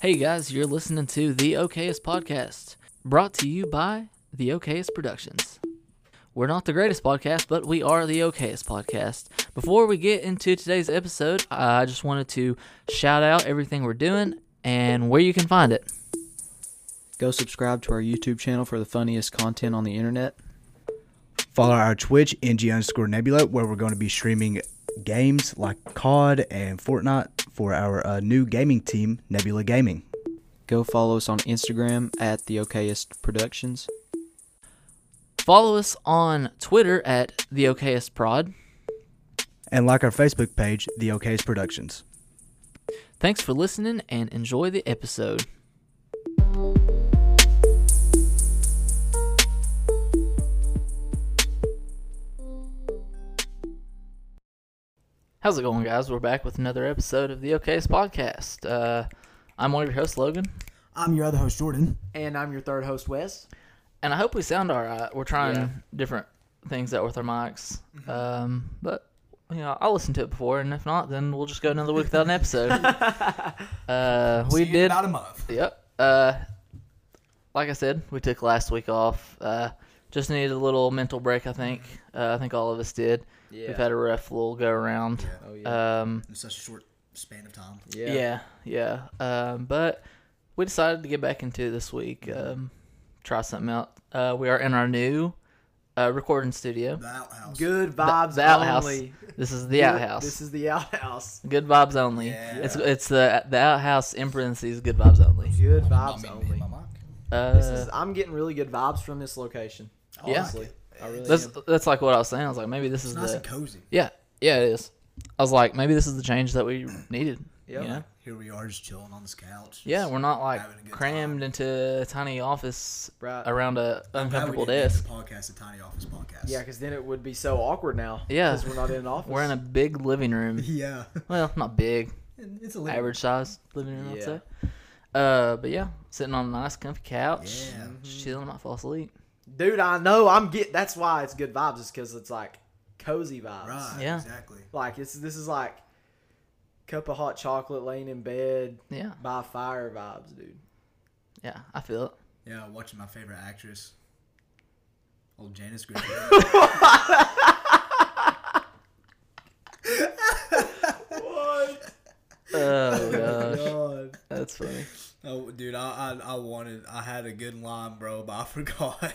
Hey guys, you're listening to the OKS podcast, brought to you by the OKS Productions. We're not the greatest podcast, but we are the OKS podcast. Before we get into today's episode, I just wanted to shout out everything we're doing and where you can find it. Go subscribe to our YouTube channel for the funniest content on the internet. Follow our Twitch, NG underscore Nebula, where we're going to be streaming games like COD and Fortnite for our uh, new gaming team, Nebula Gaming. Go follow us on Instagram at the OKest Productions. Follow us on Twitter at the OKS Prod. And like our Facebook page, The OKs Productions. Thanks for listening and enjoy the episode. How's it going, guys? We're back with another episode of the OKS podcast. Uh, I'm one of your hosts, Logan, I'm your other host, Jordan. And I'm your third host, Wes. and I hope we sound all right. We're trying different things out with our mics, um, but you know, I listened to it before, and if not, then we'll just go another week without an episode. uh, we See you in did about a month. Yep. Uh, like I said, we took last week off. Uh, just needed a little mental break. I think. Uh, I think all of us did. Yeah. We've had a rough little go around. Oh, uh, Um, In such a short span of time. yeah. Yeah. Um, but we decided to get back into it this week. Um, try something out. Uh, we are in our new uh, recording studio. The outhouse. Good The- vibes the outhouse. only. This is the outhouse. This is the outhouse. good vibes only. Yeah. It's it's uh, the the outhouse in parentheses. Good vibes only. Good I vibes mean, only. my mic. Uh, This is. I'm getting really good vibes from this location. I Yeah. Honestly, I really. that's am. that's like what I was saying. I was like, maybe this is It's nice the and cozy. Yeah, yeah, it is. I was like, maybe this is the change that we needed. Yeah, Yep. Here we are just chilling on this couch. yeah, we're not like Having a good crammed into a tiny office Right. around a I'm glad we uncomfortable didn't make desk. the Podcast, a tiny office podcast. Yeah, because then it would be so awkward now. Yeah. Because we're not in an office. We're in a big living room. Yeah. Well, not big, It's a little. average size living room, I'd Yeah. say. Uh, but yeah, sitting on a nice comfy couch, Yeah. just chilling, might fall asleep. Dude, I know. I'm get. That's why it's good vibes. Is because it's like cozy vibes. Right. Yeah. Exactly. Like it's. This is like cup of hot chocolate, laying in bed Yeah, by a fire vibes, dude. yeah, I feel it. Yeah. Watching my favorite actress, old Janice Griffin. Oh gosh, God. that's funny. Oh, dude, I, I I wanted I had a good line, bro, but I forgot.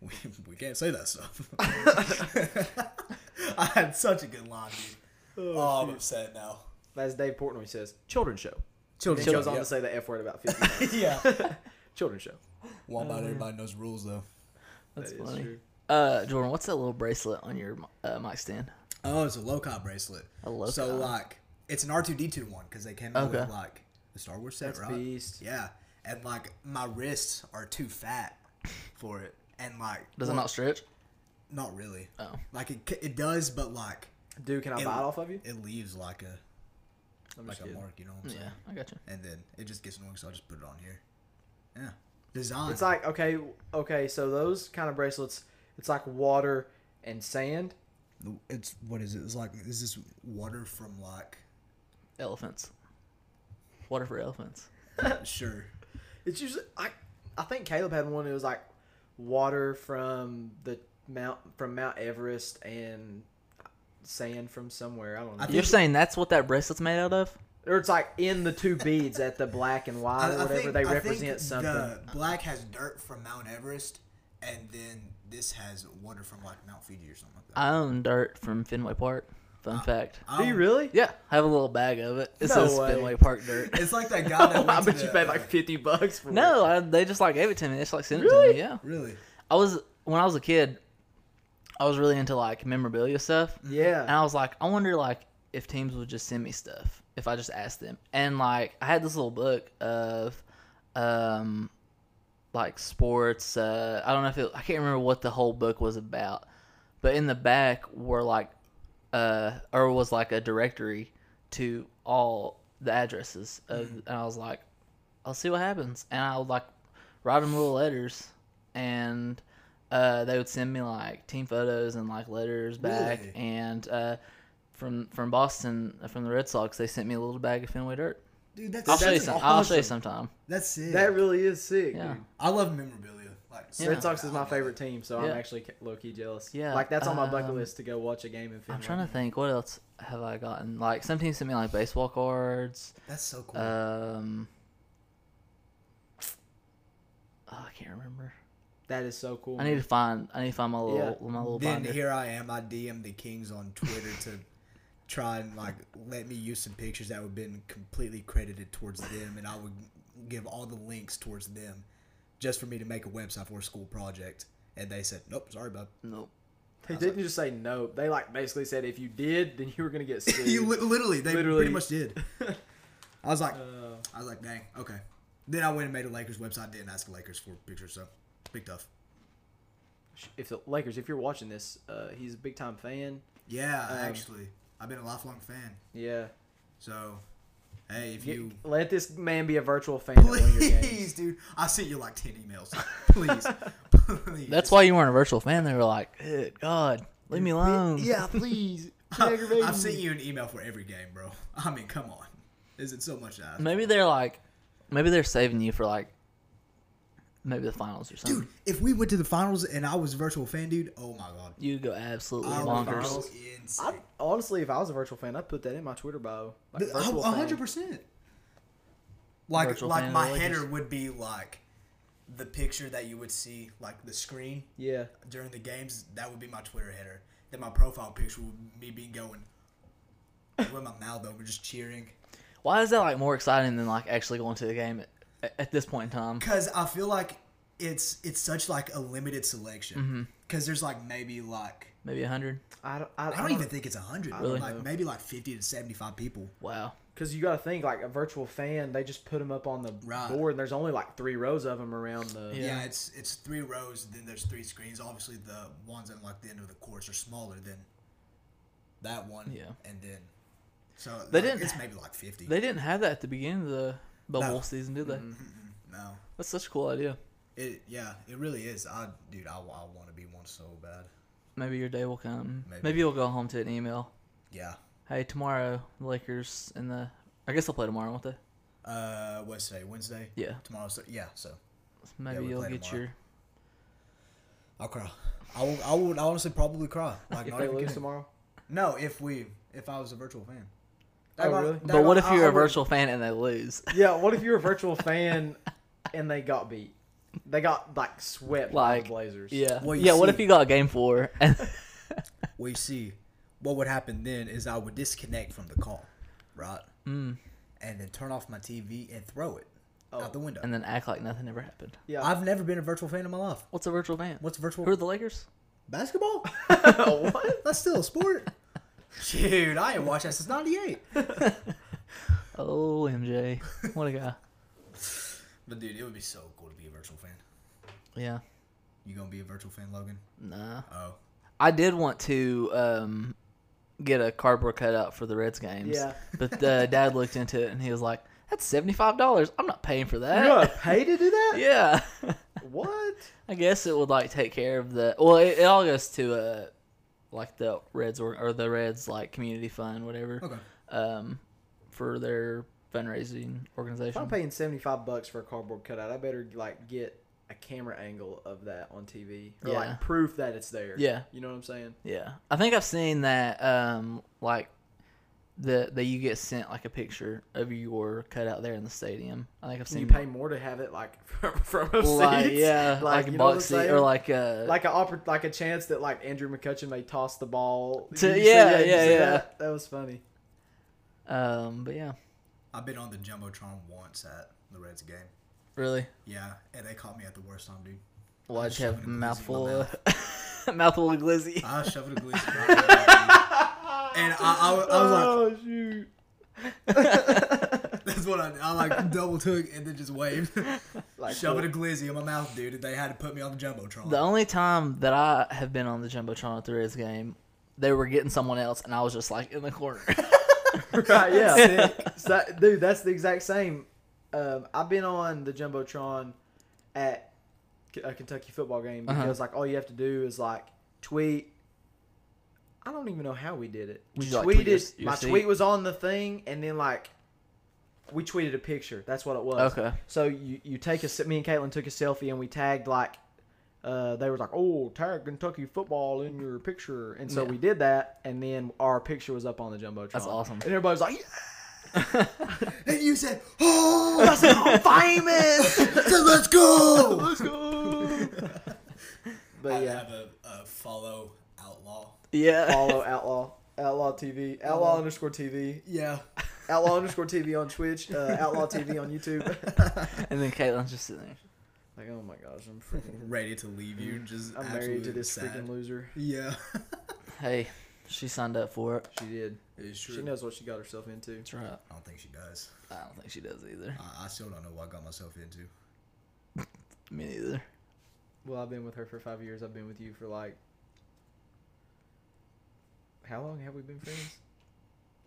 we, we can't say that stuff. I had such a good line, dude. Oh, I'm upset now. As Dave Portnoy says, children's show. Children, Then goes on to say the F word about 50 times. yeah. Children's show. Well, Uh-huh. about everybody knows the rules though. That's That is funny. true. Uh, Jordan, what's that little bracelet on your uh, mic stand? Oh, it's a loci bracelet. A loci. So like, it's an R two D two one because they came out Okay. with like the Star Wars set, That's right? beast. Yeah, and like my wrists are too fat for it, and like Does it well, not stretch? Not really. Oh. Like it c- it does, but like. Dude, can I it- bite off of you? It leaves like a I'm like just a kidding. mark, you know what I'm saying? Yeah, I got you. And then it just gets annoying, so I just put it on here. Yeah, design. It's like okay, okay. So those kind of bracelets, it's like water and sand. it's what is it? It's like is this water from like elephants. Water for elephants. sure? It's usually I, I think Caleb had one. It was like water from the mount from Mount Everest and sand from somewhere. I don't know. I think- You're saying that's what that bracelet's made out of? or it's like in the two beads at the black and white or whatever. they represent something. The black has dirt from Mount Everest, and then this has water from like Mount Fiji or something like that. I own dirt from Fenway Park. Fun fact. Do you Um, really? Yeah, I have a little bag of it. It No says way. Fenway Park dirt. It's like that guy that. I went to bet you the- paid like fifty bucks for it. no, I, they just like gave it to me. They just like sent it to Really? me. Yeah, Really? I was when I was a kid, I was really into like memorabilia stuff, and Yeah. I was like, I wonder like if teams would just send me stuff if I just asked them. And like I had this little book of, um, like sports. Uh, I don't know if it, I can't remember what the whole book was about, but in the back were like, uh, or was like a directory to all the addresses. Of, Mm-hmm. And I was like, I'll see what happens. And I would like write them little letters, and uh, they would send me like team photos and like letters back. Really? And uh, from from Boston, uh, from the Red Sox, they sent me a little bag of Fenway dirt. Dude, that's I'll show you that's some. I'll show you awesome. sometime. That's sick. That really is sick. Yeah. dude. I love memorabilia. Like Red Sox is my favorite team, so Yeah. I'm actually low key jealous. Yeah, like that's on my bucket um, list to go watch a game in I'm Finland. trying to think. What else have I gotten? Like some teams sent me like baseball cards. That's so cool. Uh, Um, oh, I can't remember. That is so cool. I need to find. I need to find my Yeah. little my little then binder. here I am. I DM the Kings on Twitter to try and like let me use some pictures that would have been completely credited towards them, and I would give all the links towards them just for me to make a website for a school project. And they said, "Nope, sorry, bub." Nope. They didn't just say no. They like basically said if you did, then you were gonna get sued. you li- literally, they Literally. pretty much did. I was like, Uh, I was like, dang, okay. Then I went and made a Lakers website. Didn't ask the Lakers for pictures, so big tough. sh- if the Lakers, if you're watching this, uh, he's a big time fan. Yeah, Um, actually, I've been a lifelong fan. Yeah, So, hey, if Get- you let this man be a virtual fan. at one of your games. please, dude, I sent you like ten emails. Please, please. That's why you weren't a virtual fan. They were like, "Good God, leave me alone." Yeah, please. I, I've sent seen you an email for every game, bro. I mean, come on, isn't so much to ask? Maybe they're like, maybe they're saving you for like, maybe the finals or something. Dude, if we went to the finals and I was a virtual fan, dude, oh my god, you go absolutely I would bonkers. go I, insane. honestly, if I was a virtual fan, I'd put that in my Twitter bio. Like, Th- virtual a hundred fan. percent. Like Virtual fan like of my the Lakers. header would be like the picture that you would see, like the screen Yeah. during the games. That would be my Twitter header. Then my profile picture would be me being going with my mouth open, just cheering. Why is that like more exciting than like actually going to the game at, at this point in time? Because I feel like it's it's such like a limited Mm-hmm. selection. Because there's like maybe like Maybe a hundred. I don't. I, I don't even think it's a hundred. Really? Like maybe like fifty to seventy five people. Wow. Because you got to think, like a virtual fan, they just put them up on the Right. board, and there's only like three rows of them around the. Yeah. Yeah. it's it's three rows. Then there's three screens. Obviously, the ones at like the end of the course are smaller than that one. Yeah. and then so They like, didn't- It's maybe like fifty. They didn't have that at the beginning of the bubble No. season, did they? no, That's such a cool idea. it yeah, it really is. I dude, I, want to be one so bad. Maybe your day will come. Maybe, Maybe. you'll go home to an email. Yeah. Hey, tomorrow the Lakers and the I guess they'll play tomorrow, won't they? Uh, what's today? Wednesday. Yeah. Tomorrow's Thur- yeah. So Maybe we you'll play get tomorrow. your I'll cry. I will. I would honestly probably cry. Like If not they even lose kidding. tomorrow, No, if we if I was a virtual fan. Oh, really? But what if I- you're I a would- virtual fan and they lose? yeah. What if you're a virtual fan, and they got beat? They got like swept by Like, the Blazers. Yeah. Well, you yeah, what see- if you got game four and Well, you see, what would happen then is I would disconnect from the call, right? Mm. Hmm. And then turn off my TV and throw it out the window. Oh. and then act like nothing ever happened? Yeah. I've never been a virtual fan in my life. What's a virtual fan? What's virtual Who are the Lakers? basketball? what? That's still a sport. Dude, I ain't watched that since '98. Oh, MJ. What a guy. But dude, it would be so cool to be a virtual fan. Yeah. You gonna be a virtual fan, Logan? Nah. Oh, I did want to um, get a cardboard cutout for the Reds games. Yeah. But the dad looked into it and he was like, "That's seventy five dollars. I'm not paying for You gotta that." pay to do that? yeah. What? I guess it would like take care of the. Well, it, it all goes to uh, like the Reds or, or the Reds like community fund, whatever. okay. Um, for their fundraising If I'm organization. paying 75 bucks for a cardboard cutout, I better like get a camera angle of that on TV or Yeah. like proof that it's there. Yeah. You know what I'm saying? Yeah, I think I've seen that. Um, like the that you get sent like a picture of your cutout there in the stadium. I think I've So seen you pay more to have it like from, from a Mm. like seat. yeah, like, you know what I'm box seat or saying? like uh like a oppor- like a chance that like Andrew McCutcheon may toss the ball. To- Did you see yeah, that? Did you yeah, see yeah. That? That was funny. um. But yeah, I've been on the jumbotron once at the Reds game. really, Yeah, and they caught me at the worst time, dude. well, I I'm just have shoving a glizzy in my mouthful of mouthful of glizzy. I shoved a glizzy. right in my mouth, dude. and I, I, was- I was like, Oh shoot! That's what I, I like double took and then just waved. Like Shoving a glizzy in my mouth, dude. And they had to put me on the jumbotron. The only time that I have been on the jumbotron at the Reds game, they were getting someone else, and I was just like in the corner. right, yeah. so, dude, that's the exact same. Um, I've been on the jumbotron at K- a Kentucky football game Uh-huh. because like all you have to do is like tweet. I don't even know how we did it. We Did you, like, tweeted. tweet your- your my seat? tweet was on the thing, and then like we tweeted a picture. That's what it was. Okay. So you you take a se- me and Caitlin took a selfie and we tagged like, uh, they were like, oh, tag Kentucky football in your picture, and so Yeah. we did that, and then our picture was up on the jumbotron. That's awesome. And everybody was like, yeah, And you said, "Oh, I that's how I'm famous. said, let's go." Let's go. I but yeah. have a, a follow outlaw. Yeah. follow outlaw outlaw tv outlaw underscore tv Yeah, outlaw underscore tv on twitch uh, outlaw tv on youtube and then Caitlin's just sitting there. like oh my gosh i'm freaking ready to leave you. Just Mm-hmm. i'm absolutely married to this sad. freaking loser Yeah, Hey, she signed up for it. she did it's true. she knows what she got herself into That's right. I don't think she does. I don't think she does either. I, I still don't know what I got myself into. Me neither. well i've been with her for five years i've been with you for like how long have we been friends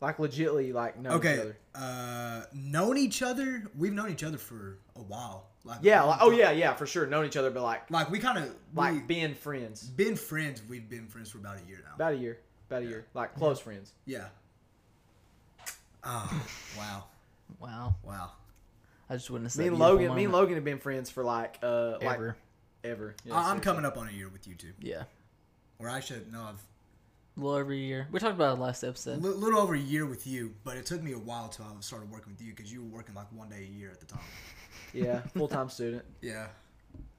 like legitly like no each okay, other. uh, known each other. We've known each other for a while. Like yeah long like, oh time. yeah yeah for sure known each other but like Like we kind of like like being friends been friends. We've been friends for about a year now. about a year about a year like close friends yeah. Oh wow, Wow. wow. I just wouldn't say. me and Logan, me and Logan have been friends for like, uh, like Ever. ever. Yeah, I- I'm seriously. coming up on a year with you two, Yeah. or I should no, I've A little over a year. We talked about it last episode. li- little over a year with you, but it took me a while till I started working with you because you were working like one day a year at the time. Yeah, full time student. Yeah.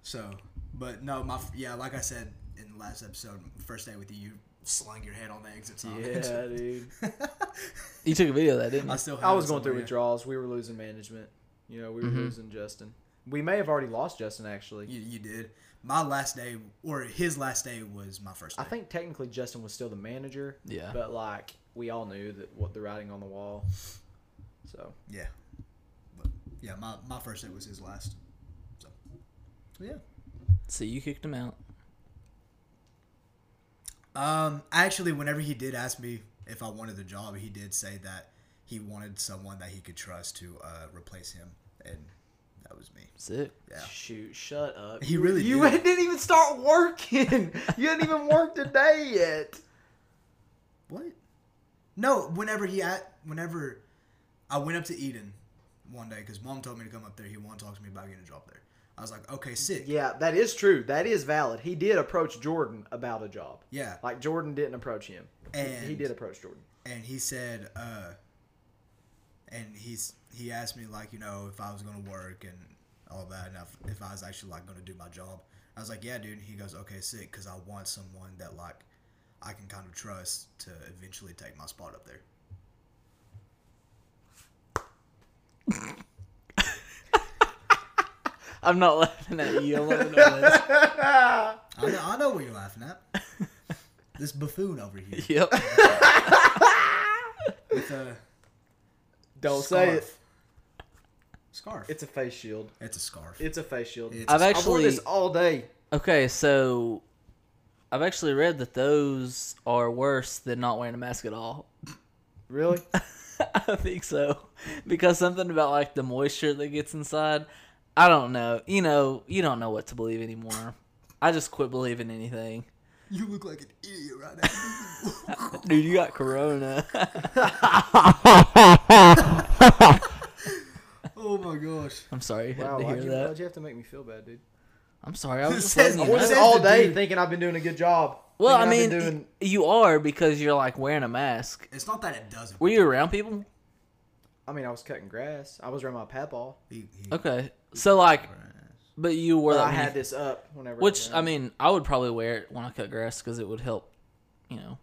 So, but no, my f- yeah, like I said in the last episode, first day with you, you slung your head on the exit sign. Yeah, dude. You took a video of that, didn't I you? still. Have I it was going through somewhere. withdrawals. We were losing management. You know, we Mm-hmm. were Mhm. losing Justin. We may have already lost Justin actually. You, you did. My last day, or his last day, was my first day. I think technically Justin was still the manager, Yeah. but like we all knew that what the writing on the wall. So Yeah. But yeah, my my first day was his last. So. so yeah. So you kicked him out. Um, actually, whenever he did ask me if I wanted the job, he did say that he wanted someone that he could trust to uh, replace him, and that was me. Sick. Yeah. shoot, shut up. He really you did. didn't even start working. you hadn't even worked a day yet. What? No, whenever he at whenever I went up to Eden one day because mom told me to come up there. He wanted to talk to me about getting a job there. I was like, okay, sick. Yeah. Yeah, that is true. That is valid. He did approach Jordan about a job. Like Jordan didn't approach him. He- he And- did approach Jordan. And he said, uh, and he's he asked me like, you know, if I was gonna work and all that, and if, if I was actually like gonna do my job. I was like, yeah, dude. And he goes, okay, sick, because I want someone that like I can kind of trust to eventually take my spot up there. I'm not laughing at you. I'm laughing at I know, I know what you're laughing at. this buffoon over here. Wes. Yep. with uh, a Don't scarf. say it. Scarf. It's It's a face shield. a, scarf. It's a face shield. It's I've a- I wore actually this all day. okay. So I've actually read that those are worse than not wearing a mask at all. Really? I think so because something about like the moisture that gets inside. I don't know. You know, you don't know what to believe anymore. I just quit believing anything. you look like an idiot right now. Dude, you got corona. oh my gosh. I'm sorry you had Wow, to why'd hear you, that. why'd you have to make me feel bad, dude? I'm sorry. I was just Says- letting I you wore know. this says all the day dude. thinking I've been doing a good job. Well, I Thinking I've mean, been y- you are because you're like wearing a mask. It's not that it doesn't. Were you around people? I mean, I was cutting grass. I was around my papaw. He- he- Okay, so like, but you wore But that I when had you- this up whenever. which I, I mean, I would probably wear it when I cut grass because it would help, you know.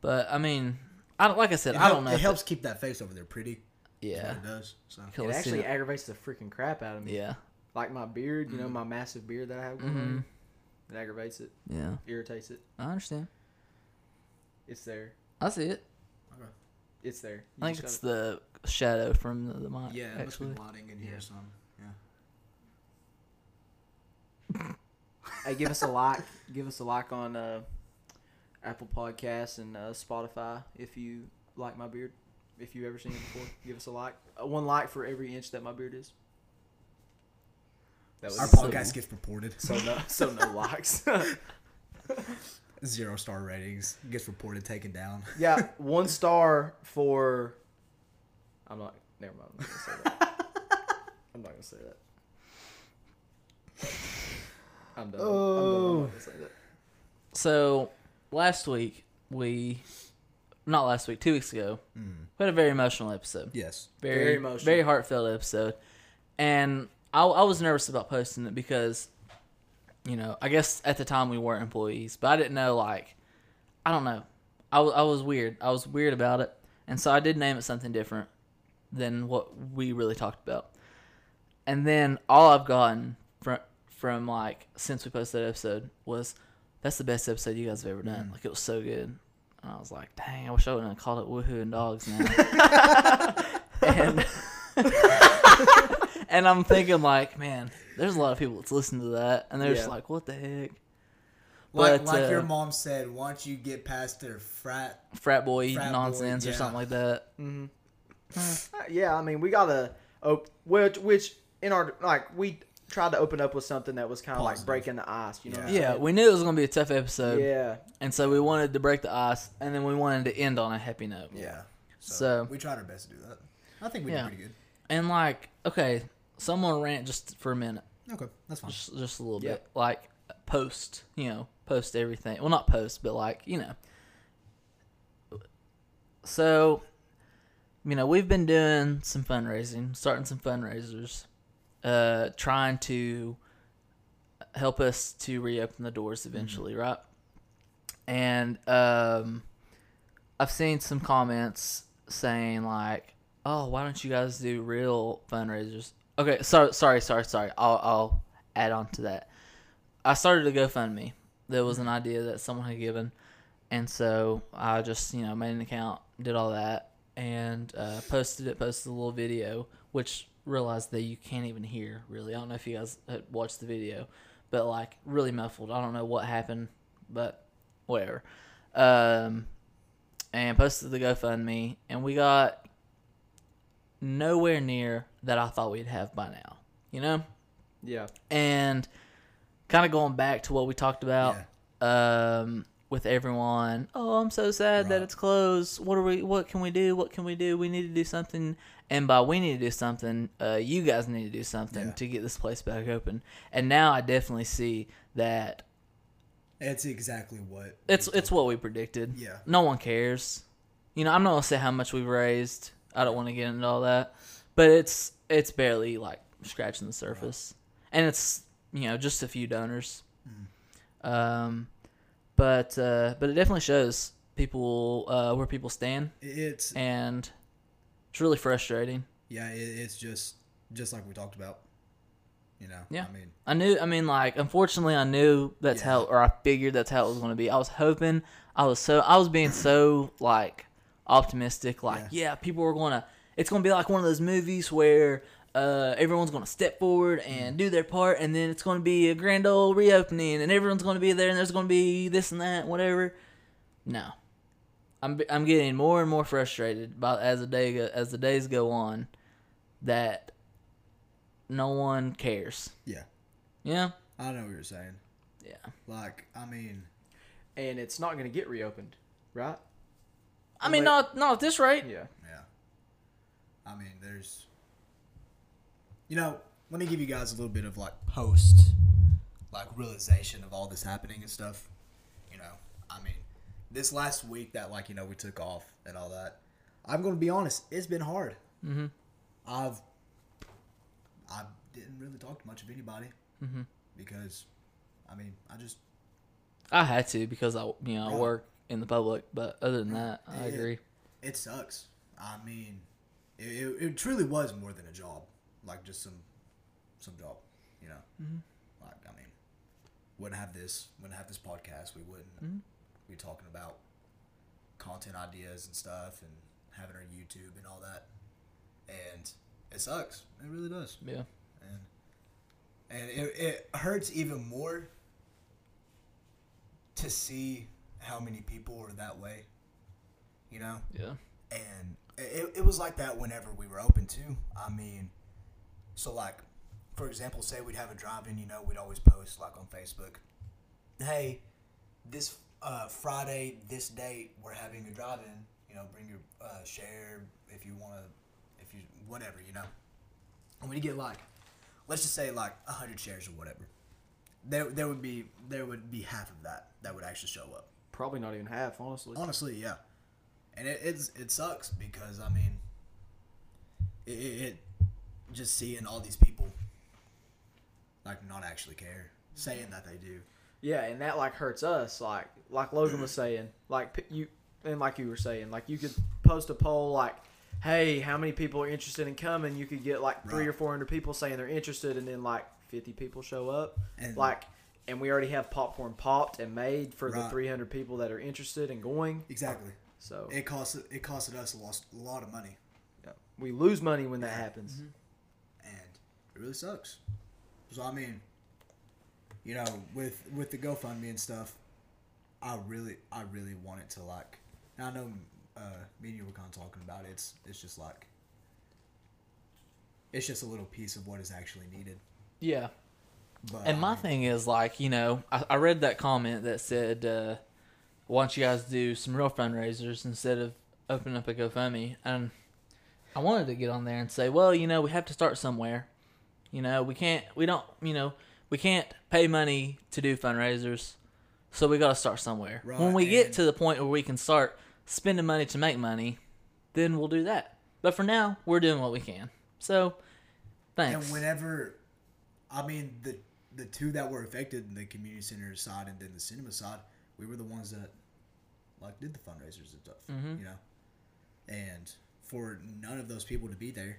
But I mean, I don't like I said, It, I don't help- know. it if helps keep that face over there pretty. it- That's yeah, what it does. So. Kill it the actually sin- aggravates the freaking crap out of me. yeah, Mm-hmm. Like my beard, you know, my massive beard that I have. going on. Mhm. It aggravates it, yeah. irritates it. I understand. It's there. I see it. It's there. You I think just it's the shadow from the, the mic. Yeah, it must be actually. lighting in here some. Yeah. gotta- hey, give us a like. Give us a like on uh, Apple Podcasts and uh, Spotify if you like my beard. If you've ever seen it before, give us a like. Uh, one like for every inch that my beard is. That Our was So- podcast gets reported. so no, so no likes. Zero star ratings. Gets reported, taken down. yeah, one star for. I'm not Never mind. I'm not gonna say that. I'm not gonna say that. I'm done. I'm done. I'm not gonna say that. So last week we, not last week, two weeks ago, Mm. we had a very emotional episode. Yes. Very, Very very emotional. heartfelt episode, and I, I was nervous about posting it because, you know, I guess at the time we weren't employees, but I didn't know like, I don't know, I, wa- I was weird. I was weird about it, and so I did name it something different than what we really talked about. And then all I've gotten from from like since we posted that episode was that's the best episode you guys have ever done. Like it was so good. And I was like, dang, I wish I wouldn't have called it Woohoo and Dogs now. and, and I'm thinking like, man, there's a lot of people that's listening to that and they're just Yeah. like, what the heck? But, Like, like your uh, mom said, once you get past their frat, Frat boy Frat boy, nonsense or yeah. something like that. Uh, yeah, I mean, we gotta op- which which in our like we tried to open up with something that was kind of like Positive. breaking the ice, you know? what I'm Yeah, we knew it was gonna be a tough episode. saying? yeah, And so we wanted to break the ice and then we wanted to end on a happy note. yeah. So- we tried our best to do that. I think we Yeah. did pretty good. And like, okay, someone rant just for a minute. Okay, that's fine. just, just a little Yeah. bit like post you know post everything well not post but like you know so you know we've been doing some fundraising starting some fundraisers uh trying to help us to reopen the doors eventually right and um i've seen some comments saying like oh why don't you guys do real fundraisers okay so sorry sorry sorry i'll i'll add on to that i started a gofundme there was an idea that someone had given and so i just you know made an account did all that and uh, posted it posted a little video which realized that you can't even hear really i don't know if you guys had watched the video but like really muffled i don't know what happened but whatever um and posted the gofundme and we got nowhere near that I thought we'd have by now, you know? yeah. And kind of going back to what we talked about um, with everyone, oh, I'm so sad that Right. it's closed. What are we what can we do? What can we do? We need to do something. And by we need to do something, uh, you guys need to do something Yeah. to get this place back open. And now I definitely see that That's exactly what. we it's did. it's what we predicted. Yeah. No one cares. You know, I'm not gonna say how much we've raised. I don't want to get into all that, but it's it's barely like scratching the surface, and it's you know just a few donors. Um, but uh, but it definitely shows people uh, where people stand, it's and it's really frustrating. yeah. It, it's just just like we talked about. You know. Yeah. I mean, I knew. I mean, like, unfortunately, I knew that's Yeah. how, or I figured that's how it was going to be. I was hoping. I was so. I was being so like optimistic. Like, yeah, people were going to. It's going to be like one of those movies where uh, everyone's going to step forward and do their part, and then it's going to be a grand old reopening, and everyone's going to be there, and there's going to be this and that, whatever. No, I'm I'm getting more and more frustrated by as the day go, as the days go on, that no one cares. yeah. Yeah. I know what you're saying. Yeah. Like, I mean, And it's not gonna get reopened, right? I mean, Like- not not at this rate. Yeah, yeah. I mean, there's. You know, let me give you guys a little bit of like post, like realization of all this happening and stuff. You know, I mean, this last week that like you know we took off and all that. I'm gonna be honest, it's been hard. Mm-hmm. I've. I didn't really talk to much of anybody. Mm-hmm. Because, I mean, I just I had to because I you know I Right. work in the public, but other than that, I Yeah. agree. it sucks. I mean, it, it, it truly was more than a job, like just some some job, you know. Like I mean, wouldn't have this, wouldn't have this podcast. We wouldn't be talking about content ideas and stuff, and having our YouTube and all that. And it sucks. It really does Yeah. and and it, it hurts even more to see how many people are that way you know Yeah. and it, it was like that whenever we were open too i mean so like for example say we'd have a drive-in you know we'd always post like on facebook hey this uh, friday this date we're having a drive-in you know bring your uh, share if you want to if you whatever, you know. And we get like, let's just say like hundred shares or whatever. There, there would be there would be half of that that would actually show up. Probably not even half, honestly. Honestly, yeah. And it it's, it sucks because I mean, it, it, it just seeing all these people like not actually care, saying that they do. Yeah, and that like hurts us. Like like Logan was saying, like p- you and like you were saying, like you could post a poll like, hey, how many people are interested in coming? You could get like three or Right. four hundred people saying they're interested, and then like fifty people show up. And- like, and we already have popcorn popped and made for the Right. three hundred people that are interested and going. Exactly. So It cost it costed us a, lost, a lot of money, yeah, we lose money when that happens. and it really sucks. So I mean, you know, with with the GoFundMe and stuff, I really I really want it to like. And I know uh, me and you were kind of talking about it. It's it's just like it's just a little piece of what is actually needed. Yeah. But And I my mean, thing is like, you know, I, I read that comment that said, uh, "Why don't you guys do some real fundraisers instead of opening up a GoFundMe?" And I wanted to get on there and say, "Well, you know, we have to start somewhere. You know, we can't, we don't, you know, we can't pay money to do fundraisers, so we got to start somewhere. when Right, we get and- to the point where we can start spending money to make money, then we'll do that. But for now, we're doing what we can. So, and thanks. whenever, I mean the the two that were affected, the community center side and then the cinema side, we were the ones that like did the fundraisers and stuff, you know. And for none of those people to be there,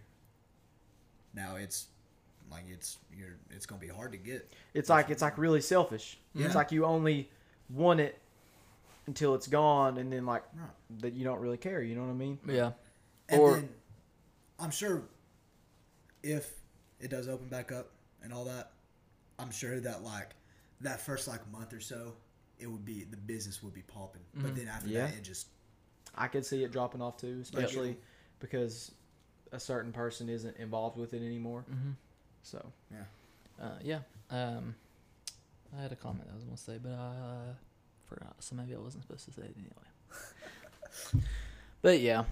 now it's like it's you're it's gonna be hard to get. It's like it's like really selfish. Yeah. It's like you only want it until it's gone, and then like Right. that you don't really care. You know what I mean? yeah. And Or- then, I'm sure if it does open back up and all that, I'm sure that like that first like month or so, it would be the business would be popping. Mm-hmm. But then after Yeah. that, it just I could see it dropping off too, especially because a certain person isn't involved with it anymore. Mhm. So Uh, yeah. Um, I had a comment I was gonna say, but I uh, forgot, so maybe I wasn't supposed to say it anyway. but yeah,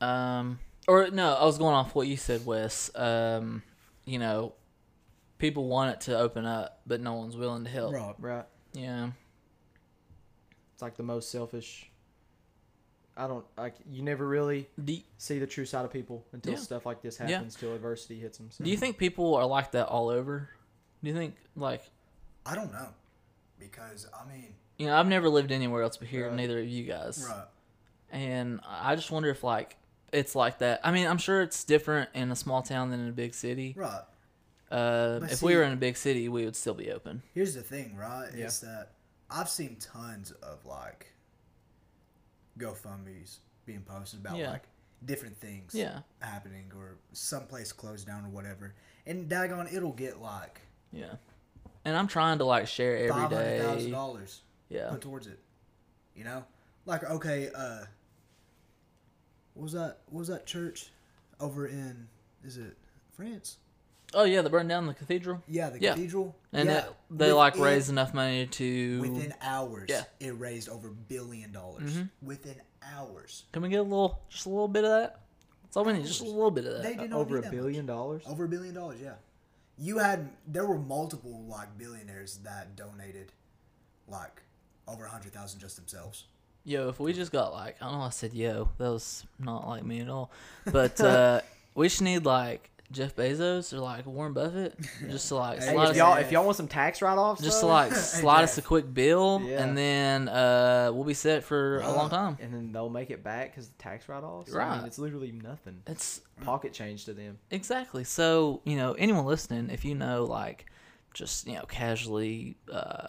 um, or no, I was going off what you said, Wes. Um, you know, people want it to open up, but no one's willing to help. Rob, right, Yeah, it's like the most selfish. I don't like you never really do y- see the true side of people until Yeah. stuff like this Yeah. happens, till adversity hits them. So. do you think people are like that all over? Do you think like I don't know because I mean, you know? I've never lived anywhere else but here, Right. neither of you guys. right, and I just wonder if like it's like that. I mean, I'm sure it's different in a small town than in a big city. right. Uh, But if we were see- in a big city, we would still be open. Here's the thing, right? Yeah. Is that I've seen tons of like GoFundmes being posted about Yeah. like different things Yeah. happening or someplace closed down or whatever. And daggone, it'll get like Yeah, and I'm trying to like share every five hundred thousand day. dollars Yeah, put towards it. You know, like okay, uh, what was that? What was that church over in? Is it France? Oh yeah, they burned down the cathedral, Yeah, the Yeah. cathedral. and yeah. that- they like Within- raised enough money to Within hours, Yeah. Mm-hmm. it raised over a billion dollars. Within hours, Can we get a little, just a little bit of that? That's all we need, just a little bit of they that. did not over need a that billion dollars? much. Over a billion dollars, yeah. You had there were multiple like billionaires that donated, like over a hundred thousand just themselves. Yo, if we just got like, I don't know, I said yo, that was not like me at all, but uh, we should need like Jeff Bezos or like Warren Buffett, just to like Hey, Hey, slide if us y'all if y'all want some tax write offs, just to like slide us a quick bill, Yeah. and then uh, we'll be set for a long Right. time. and then they'll make it back because the tax write offs. I Right. mean, it's literally nothing. It's Pocket change to them. exactly so. You know, anyone listening, if you know, like, just you know, casually, uh,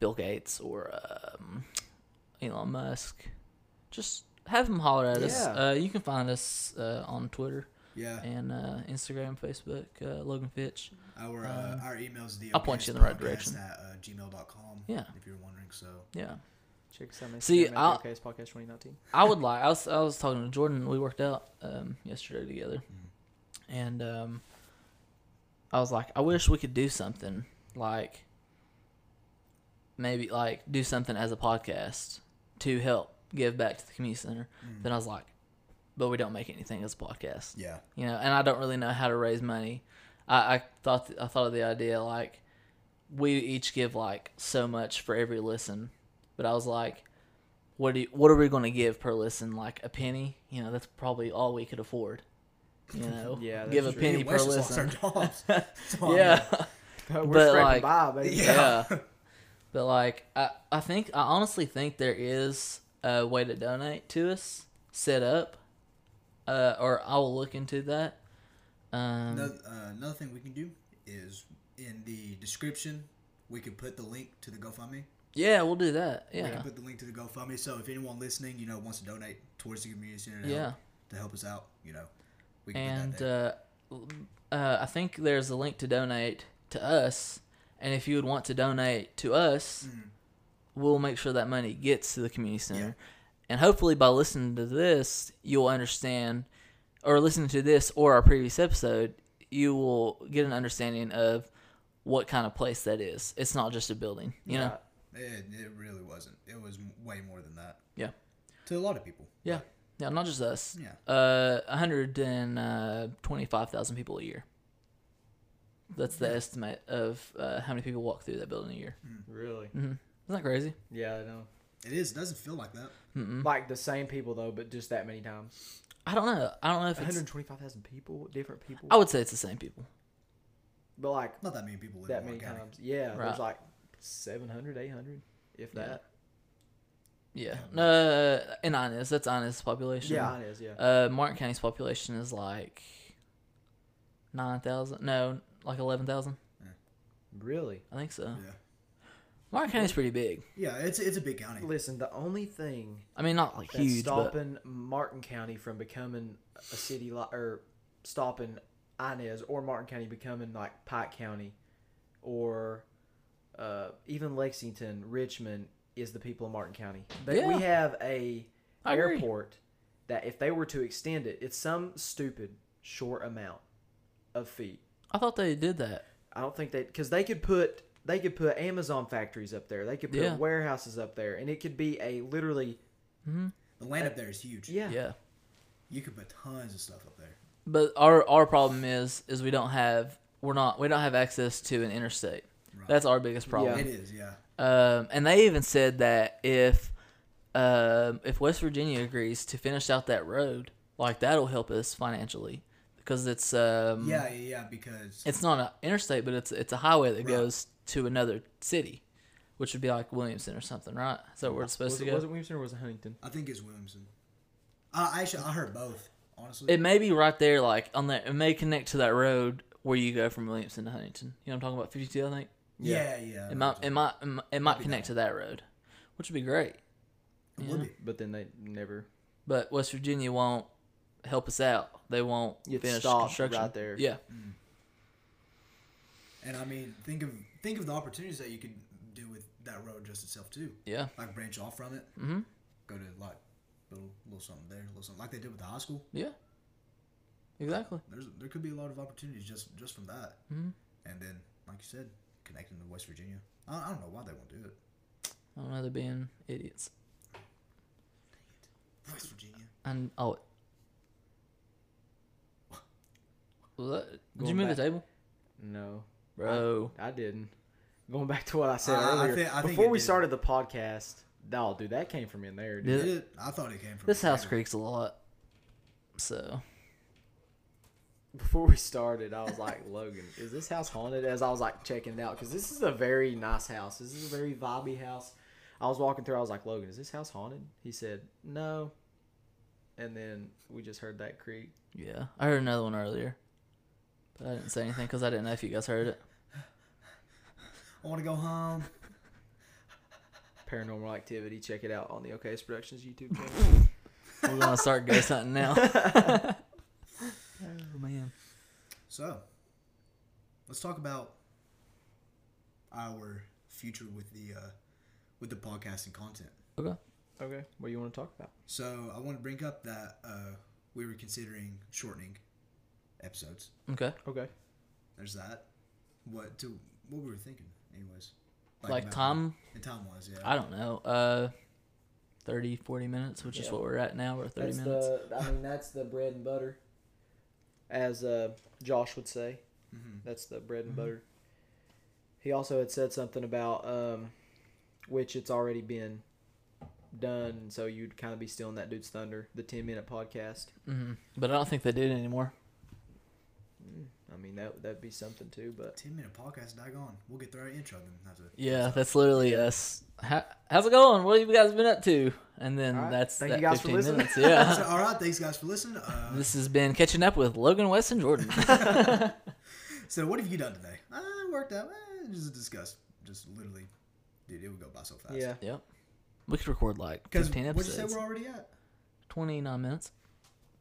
Bill Gates or um, Elon Musk, just have them holler at us. Yeah. Uh, you can find us uh, on Twitter Yeah, and uh, Instagram, Facebook, uh, Logan Fitch. our uh, our emails. The Um, I'll point you in the right direction. At uh, gmail.com, Yeah. if you're wondering. So Yeah. Check us out. on See, Instagram at I'll- Bill Case Podcast 2019. I would like. I was I was talking to Jordan. We worked out um, yesterday together, and um, I was like, I wish we could do something like maybe like do something as a podcast to help give back to the community center. Then I was like, but we don't make anything as a podcast. Yeah. You know, and I don't really know how to raise money. I, I thought I thought of the idea like we each give like so much for every listen, but I was like, what do you, what are we going to give per listen? Like a penny? You know, that's probably all we could afford. You know, Yeah, that's give a true. penny Yeah, per Wes just listen. lost our jobs. That's all I Yeah. know. We're But, scraping like- by, baby. yeah. But like I, I think I honestly think there is a way to donate to us set up. Uh, or I will look into that. Um, Another, uh, another thing we can do is in the description we can put the link to the GoFundMe. yeah, we'll do that. We can Yeah. put the link to the GoFundMe. So if anyone listening, you know, wants to donate towards the community center to, Yeah. help, to help us out, you know, we can put And that there. uh, uh, I think there's a link to donate to us. And if you would want to donate to us, Mm. we'll make sure that money gets to the community center. And hopefully, by listening to this, you'll understand, or listening to this or our previous episode, you will get an understanding of what kind of place that is. It's not just a building, you know? uh, it, it really wasn't. It was m- way more than that Yeah. to a lot of people. Yeah. Yeah, not just us. Yeah. Uh, 125,000 uh, people a year. That's the estimate of uh, how many people walk through that building a year. Mm-hmm. Really? Isn't that crazy? Yeah, I know. It is. It doesn't feel like that. Like the same people though, but just that many times. I don't know. I don't know if One it's. Oh. hundred twenty-five thousand people, different people. I would say it's the same people. but like Not that many people live that in many Warren County. times. Yeah, Right. there's like 700, 800, if that. Yeah. No, and Inez. That's Inez's population. Yeah, it is. Yeah. Uh, Martin County's population is like 9,000. No, like 11,000. really. I think so. Yeah. Martin County's pretty big. Yeah, it's it's a big county. Listen, the only thing I mean, not like that's huge, but. stopping Martin County from becoming a city li- or stopping Inez or Martin County becoming like Pike County or uh, even Lexington, Richmond is the people of Martin County. They, Yeah. We have a I agree. airport that if they were to extend it, it's some stupid short amount of feet. I thought they did that. I don't think they because they could put they could put Amazon factories up there. They could put Yeah. warehouses up there, and it could be a literally The land up there is huge. yeah. yeah. You could put tons of stuff up there. But our our problem is is we don't have we're not we don't have access to an interstate. That's our biggest problem. It is, yeah. Um, and they even said that if um, if West Virginia agrees to finish out that road, like that'll help us financially because it's um, Yeah, yeah, yeah, because it's not an interstate, but it's it's a highway that Right. goes to another city, which would be like Williamson or something, right? Is that where it's supposed Was to it, go? was it Williamson or was it Huntington? I think it's Williamson. I actually I heard both, honestly. It may be right there, like on that. It may connect to that road where you go from Williamson to Huntington. You know what I'm talking about? Fifty two, I think. yeah, yeah. It might, it might, it might- it might connect to that road, which would be great. It would be. But then they never. But West Virginia won't help us out. They won't It's finish stopped construction right there. Yeah, And I mean, think of think of the opportunities that you could do with that road just itself too. yeah, Like branch off from it. Mm-hmm. Go to like little little something there, little something like they did with the high school. yeah. Exactly. There's there could be a lot of opportunities just just from that. Mm-hmm. And then, like you said, connecting to West Virginia. I, I don't know why they won't do it. I don't know. They're being idiots. West Virginia. And oh, was that, did you Going move back. the table, No, bro? I didn't. Going back to what I said I- I earlier, thi- I think before it we did. started the podcast, no, dude, that came from in there. Dude. Yeah. Did it? I thought it came from this the house camera. creaks a lot, so Before we started, I was like, Logan, is this house haunted? As I was like checking it out, because this is a very nice house. This is a very vibey house. I was walking through. I was like, Logan, is this house haunted? He said, No. And then we just heard that creak. yeah. I heard another one earlier, but I didn't say anything because I didn't know if you guys heard it. I want to go home. Paranormal activity. Check it out on the OKS Productions YouTube channel. We're gonna start ghost hunting now. oh man. So, let's talk about our future with the uh, with the podcast and content. Okay. okay, what do you want to talk about? So, I want to bring up that uh, we were considering shortening episodes. Okay. Okay. There's that. What to what we were thinking, anyways. Like about- time? And time was yeah. I don't know. Uh, 30, 40 minutes, which is Yeah. what we're at now. We're at 30 That's minutes. the. I mean, that's the bread and butter, as uh, Josh would say. Mhm. That's the bread and butter. He also had said something about um, which it's already been done, and so you'd kind of be stealing that dude's thunder. The ten minute podcast. hmm But I don't think they do it anymore. I mean, that that'd be something too. But Ten minute podcast, doggone. We'll get through our intro then. That's it. Yeah, that's literally us. How, how's it going? What have you guys been up to? And then All right. that's Thank that you guys for 15 listening. minutes. So, Yeah. all right, thanks guys for listening. Uh, this has been catching up with Logan West and Jordan. so, what have you done today? Uh, I worked out. Uh, just discussed. Just literally, dude, it would go by so fast. yeah, yep. We could record like Because 15 what you say episodes. we're already at? 29 minutes.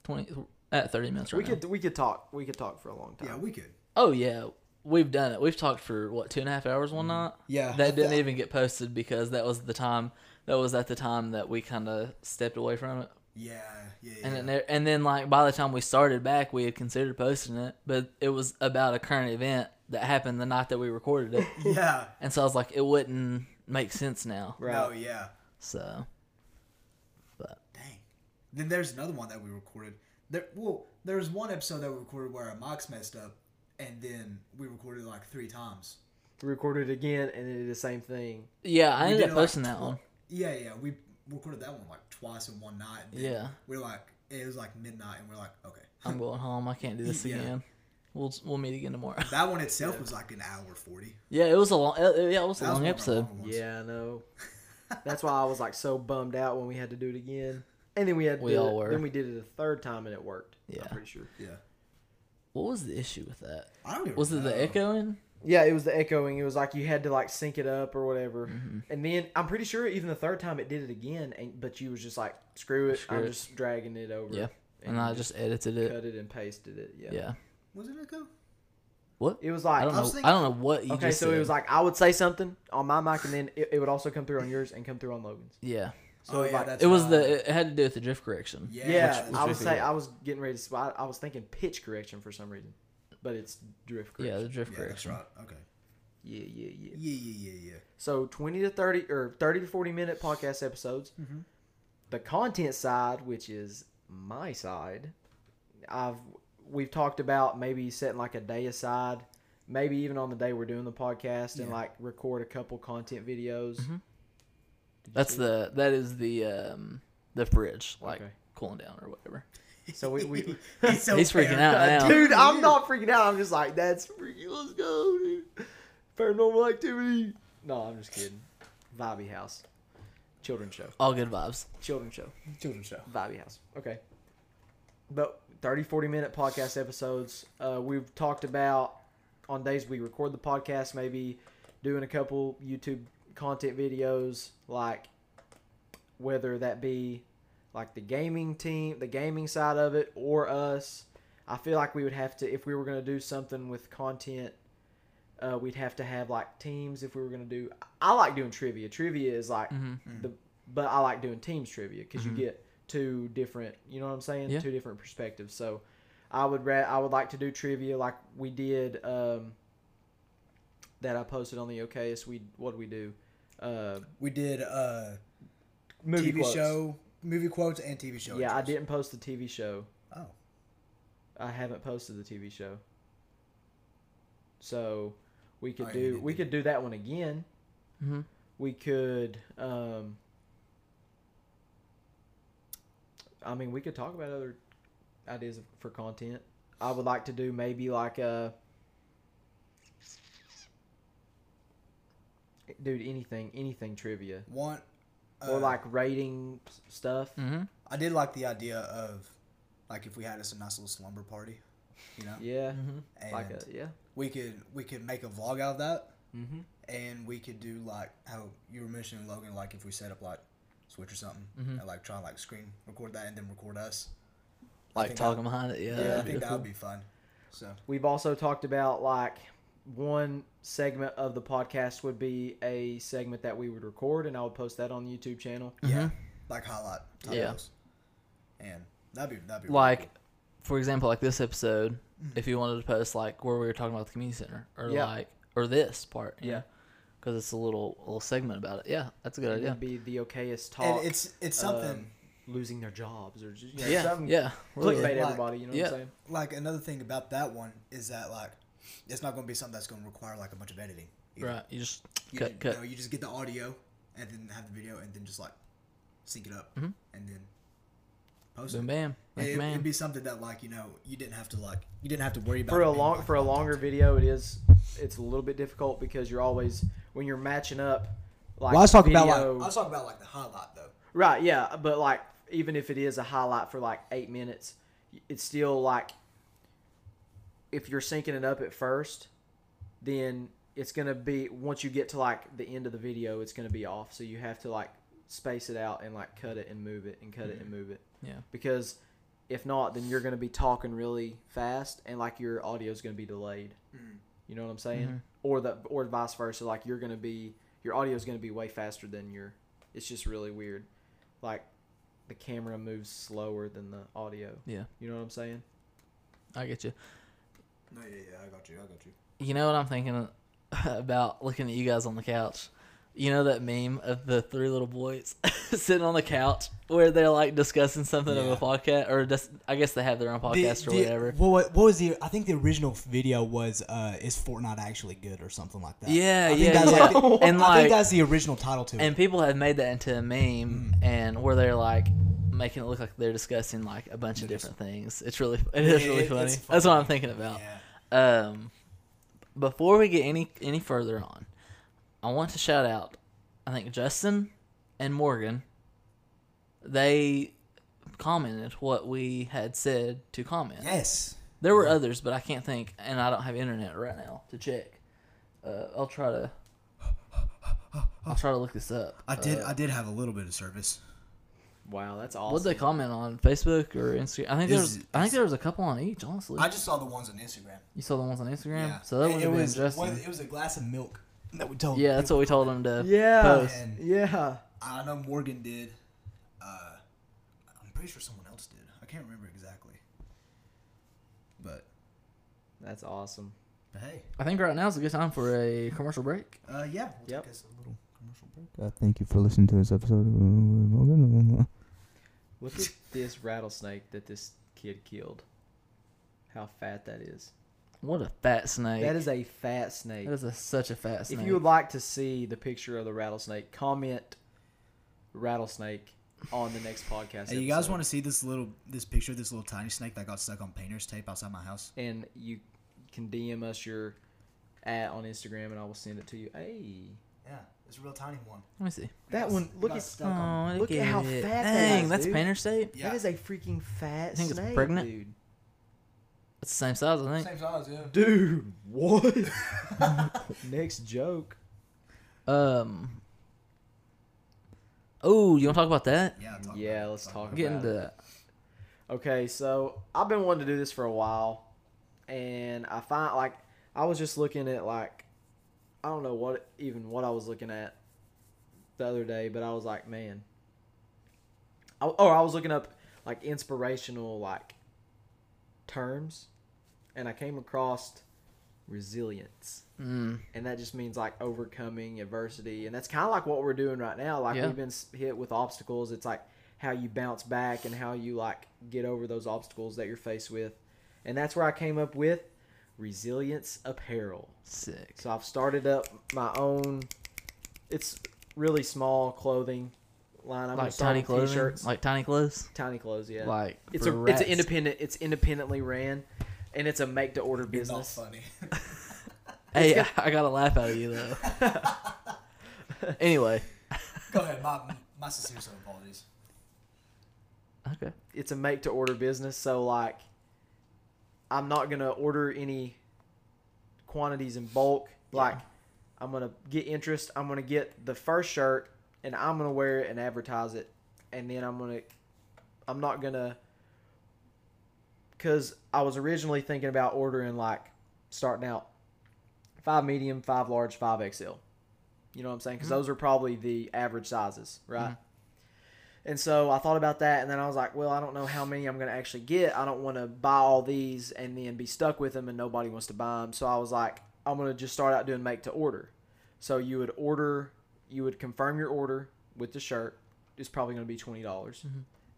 20 at 30 minutes right we now. could we could talk we could talk for a long time. Yeah, we could. Oh yeah, we've done it. We've talked for what two and a half hours one night. Mm-hmm. Yeah, I that didn't thought- even get posted because that was the time. That was at the time that we kind of stepped away from it, Yeah, yeah, yeah. and it ne and then like by the time we started back, we had considered posting it, but it was about a current event that happened the night that we recorded it, yeah. and so I was like, it wouldn't make sense now. Right. No, yeah. So Dang. Then there's another one that we recorded. There, well, there was one episode that we recorded where our mics messed up, and then we recorded it like three times. We recorded it again, and it did the same thing. yeah, I We ended did up it, like, posting that tw- one. Yeah, yeah. We recorded that one like twice in one night. and then Yeah. Um, We're like, it was like midnight, and we're like, okay. I'm going home. I can't do this Yeah. again. We'll we'll meet again tomorrow. That one itself was like an hour forty. yeah, it was a long. uh, Yeah, it was a That was long one of our episode. longer ones. Yeah, I know. That's why I was like so bummed out when we had to do it again, and then we had to We do all it- were. Then we did it a third time, and it worked. Yeah. I'm pretty sure. Yeah. What was the issue with that? I don't even. Was it know. the echoing? Yeah, it was the echoing. It was like you had to like sync it up or whatever. And then I'm pretty sure even the third time it did it again, and but you was just like, screw it, Screw I'm it. just dragging it over. Yeah. And I just edited it. cut it and pasted it. Yeah. Yeah. Was it echo? What? It was I like Oh, don't I know. was I don't know what you okay, just so said. it was like I would say something on my mic, and then it, it would also come through on yours and come through on Logan's. yeah. So oh, it yeah, like- that's It was right. the. It had to do with the drift correction. Yeah. Yeah, that's I right. was say I was getting ready to. I, I was thinking pitch correction for some reason, but it's drift Yeah, the correction. drift Yeah, that's correction. right. Okay. Yeah, yeah, yeah. Yeah, yeah, yeah, yeah. So twenty to thirty or thirty to forty minute podcast episodes. Mm-hmm. The content side, which is my side, I've we've talked about maybe setting like a day aside, maybe even on the day we're doing the podcast and Yeah. like record a couple content videos. Mm-hmm. That's the. That is the. um The fridge, like Okay. cooling down or whatever. So we, we He's, so He's freaking out paranoid. now. dude, I'm not freaking out. I'm just like that's freaking. Let's go, dude. Paranormal activity. No, I'm just kidding. Vibey house, children show, All good vibes. children show. Children's show. Vibey House. Okay. But 30, 40 minute podcast episodes. Uh, we've talked about on days we record the podcast, maybe doing a couple YouTube content videos, like whether that be like the gaming team, the gaming side of it, or us. I feel like we would have to, if we were going to do something with content, uh, we'd have to have like teams if we were going to do. I like doing trivia. Trivia is like the, but I like doing teams trivia because you get two different, you know what I'm saying? Yeah. Two different perspectives. So I would ra- I would like to do trivia like we did um, that I posted on the OKS. We what did we do? Uh, We did uh movie TV quotes. show, movie quotes, and TV show. Yeah, I intros. didn't post the TV show. Oh, I haven't posted the TV show. So we could Oh, yeah, you do did we do- could do that one again. Mhm. We could um I mean, we could talk about other ideas for content. I would like to do maybe like a dude anything anything trivia one. Uh, mm-hmm. or like rating s- stuff. Mhm. I did like the idea of, like, if we had us a nice little slumber party, you know, Yeah. Mm-hmm. and Mm-hmm. Like a yeah. we could we could make a vlog out of that, Mhm. and we could do like how you were mentioning Logan, like if we set up like Switch or something, and like try and like screen record that and then record us. I Like think talking behind it. Yeah. that- Yeah, I that'd be think that cool. would be fun. So We've also talked about like one segment of the podcast would be a segment that we would record and I would post that on the YouTube channel. yeah, like highlight. Yeah. titles. and that'd be that'd be really like cool. for example like this episode if you wanted to post like where we were talking about the community center or Yeah. like or this part you Yeah. know, because it's a little little segment about it. Yeah, that's a good idea. It'd be the okayest talk. And it's it's uh, something um, losing their jobs or just you know, Yeah, something yeah, clickbait really. like- everybody. You know yeah. what I'm saying? like another thing about that one is that like it's not going to be something that's going to require like a bunch of editing. either. right. You just You, cut, ju- cut. You, know, you just get the audio and then have the video and then just like sync it up Mhm. and then post Boom, it. bam, And Like, it, man. would be something that like you know you didn't have to like you didn't have to worry about For it a being, long like, for a locked longer onto. video, it is it's a little bit difficult because you're always when you're matching up. Like Well, I was talking about, like- video- I was talking about like the highlight though. Right, yeah, but like even if it is a highlight for like eight minutes, it's still like if you're syncing it up at first, then it's gonna be once you get to like the end of the video, it's gonna be off. So you have to like space it out and like cut it and move it and cut it and move it Yeah. because if not, then you're gonna be talking really fast and like your audio's gonna be delayed. You know what I'm saying? Mhm. Or the or vice versa. Like you're gonna be your audio's gonna be way faster than your. It's just really weird. Like the camera moves slower than the audio. Yeah, You know what I'm saying? I get you. No, yeah, yeah, I got you, I got you. You know what I'm thinking about looking at you guys on the couch. You know that meme of the three little boys sitting on the couch where they're like discussing something of Yeah. a podcast, or just I guess they have their own podcast or whatever. What, wa- what was the? I think the original video was uh, "Is Fortnite actually good?" or something like that. Yeah, I think yeah, that's yeah. Like the, And, I like- think that's the original title to it. And people have made that into a meme, and where they're like making it look like they're discussing like a bunch of They're just- different things. It's really, it is Yeah, really it- funny. it's That's what funny. I'm thinking about. Yeah. Um, before we get any any further on, I want to shout out. I think Justin and Morgan. They commented what we had said to comment. Yes. There were others, but I can't think, and I don't have internet right now to check. Uh, I'll try to. I'll try to look this up. I did. Uh, I did have a little bit of service. Wow, that's What'd awesome. they comment on Facebook or Instagram? I think there Is- was. I think there was a couple on each. Honestly, I just saw the ones on Instagram. you saw the ones on Instagram, Yeah. so that it, would it have been was Justin. one- it was a glass of milk that we told. yeah, that's what we told them to. yeah, post. And yeah. I know Morgan did. Uh, I'm pretty sure someone else did. I can't remember exactly. But, That's awesome. but hey, I think right now is a good time for a commercial break. uh, yeah. We'll Yep. take us a little commercial break. Uh, thank you for listening to this episode. of Morgan. Look at this rattlesnake that this kid killed. How fat that is. What a fat snake! That is a fat snake. That is a, such a fat snake. If you would like to see the picture of the rattlesnake, comment rattlesnake on the next podcast. Hey, you guys want to see this little this picture of this little tiny snake that got stuck on painter's tape outside my house? to? And you can DM us your at on Instagram, and I will send it to you. Hey, Yeah, it's a real tiny one. Let me see. that one. Look at Oh, Look at how it. fat that Dang, is, that's dude. painter's tape. Yeah. that is a freaking fat I think it's snake, pregnant. dude. It's the same size, I think. size, yeah. Dude, what? next joke. Um. Oh, you want to talk about that? Yeah, talk Yeah, about it, let's talk about Get About into it. that. Okay, so I've been wanting to do this for a while, and I find like I was just looking at like I don't know what even what I was looking at the other day, but I was like, man, I, oh, I was looking up like inspirational like terms, and I came across resilience Mm, and that just means like overcoming adversity and that's kind of like what we're doing right now like Yeah. we've been s- hit with obstacles it's like how you bounce back and how you like get over those obstacles that you're faced with and that's where i came up with resilience apparel sick. so I've started up my own. It's really small clothing line. I'm gonna Like start tiny with clothes. T-shirts, Like tiny clothes. tiny clothes. Yeah, Like it's for a rats. it's an independent. It's independently ran, and it's a make to order It's not business. funny. Hey, I, I got a laugh out of you though. anyway, Go ahead. My, my sincere apologies. okay. It's a make to order business. So like, I'm not gonna order any quantities in bulk. Like, I'm gonna get interest. I'm gonna get the first shirt, and I'm gonna wear it and advertise it, and then I'm gonna. I'm not gonna. Cause I was originally thinking about ordering like starting out five medium, five large, five XL. You know what I'm saying? Because those are probably the average sizes, right? And so I thought about that, and then I was like, well, I don't know how many I'm going to actually get. I don't want to buy all these and then be stuck with them, and nobody wants to buy them. So I was like, I'm going to just start out doing make to order. So you would order, you would confirm your order with the shirt. It's probably going to be twenty dollars,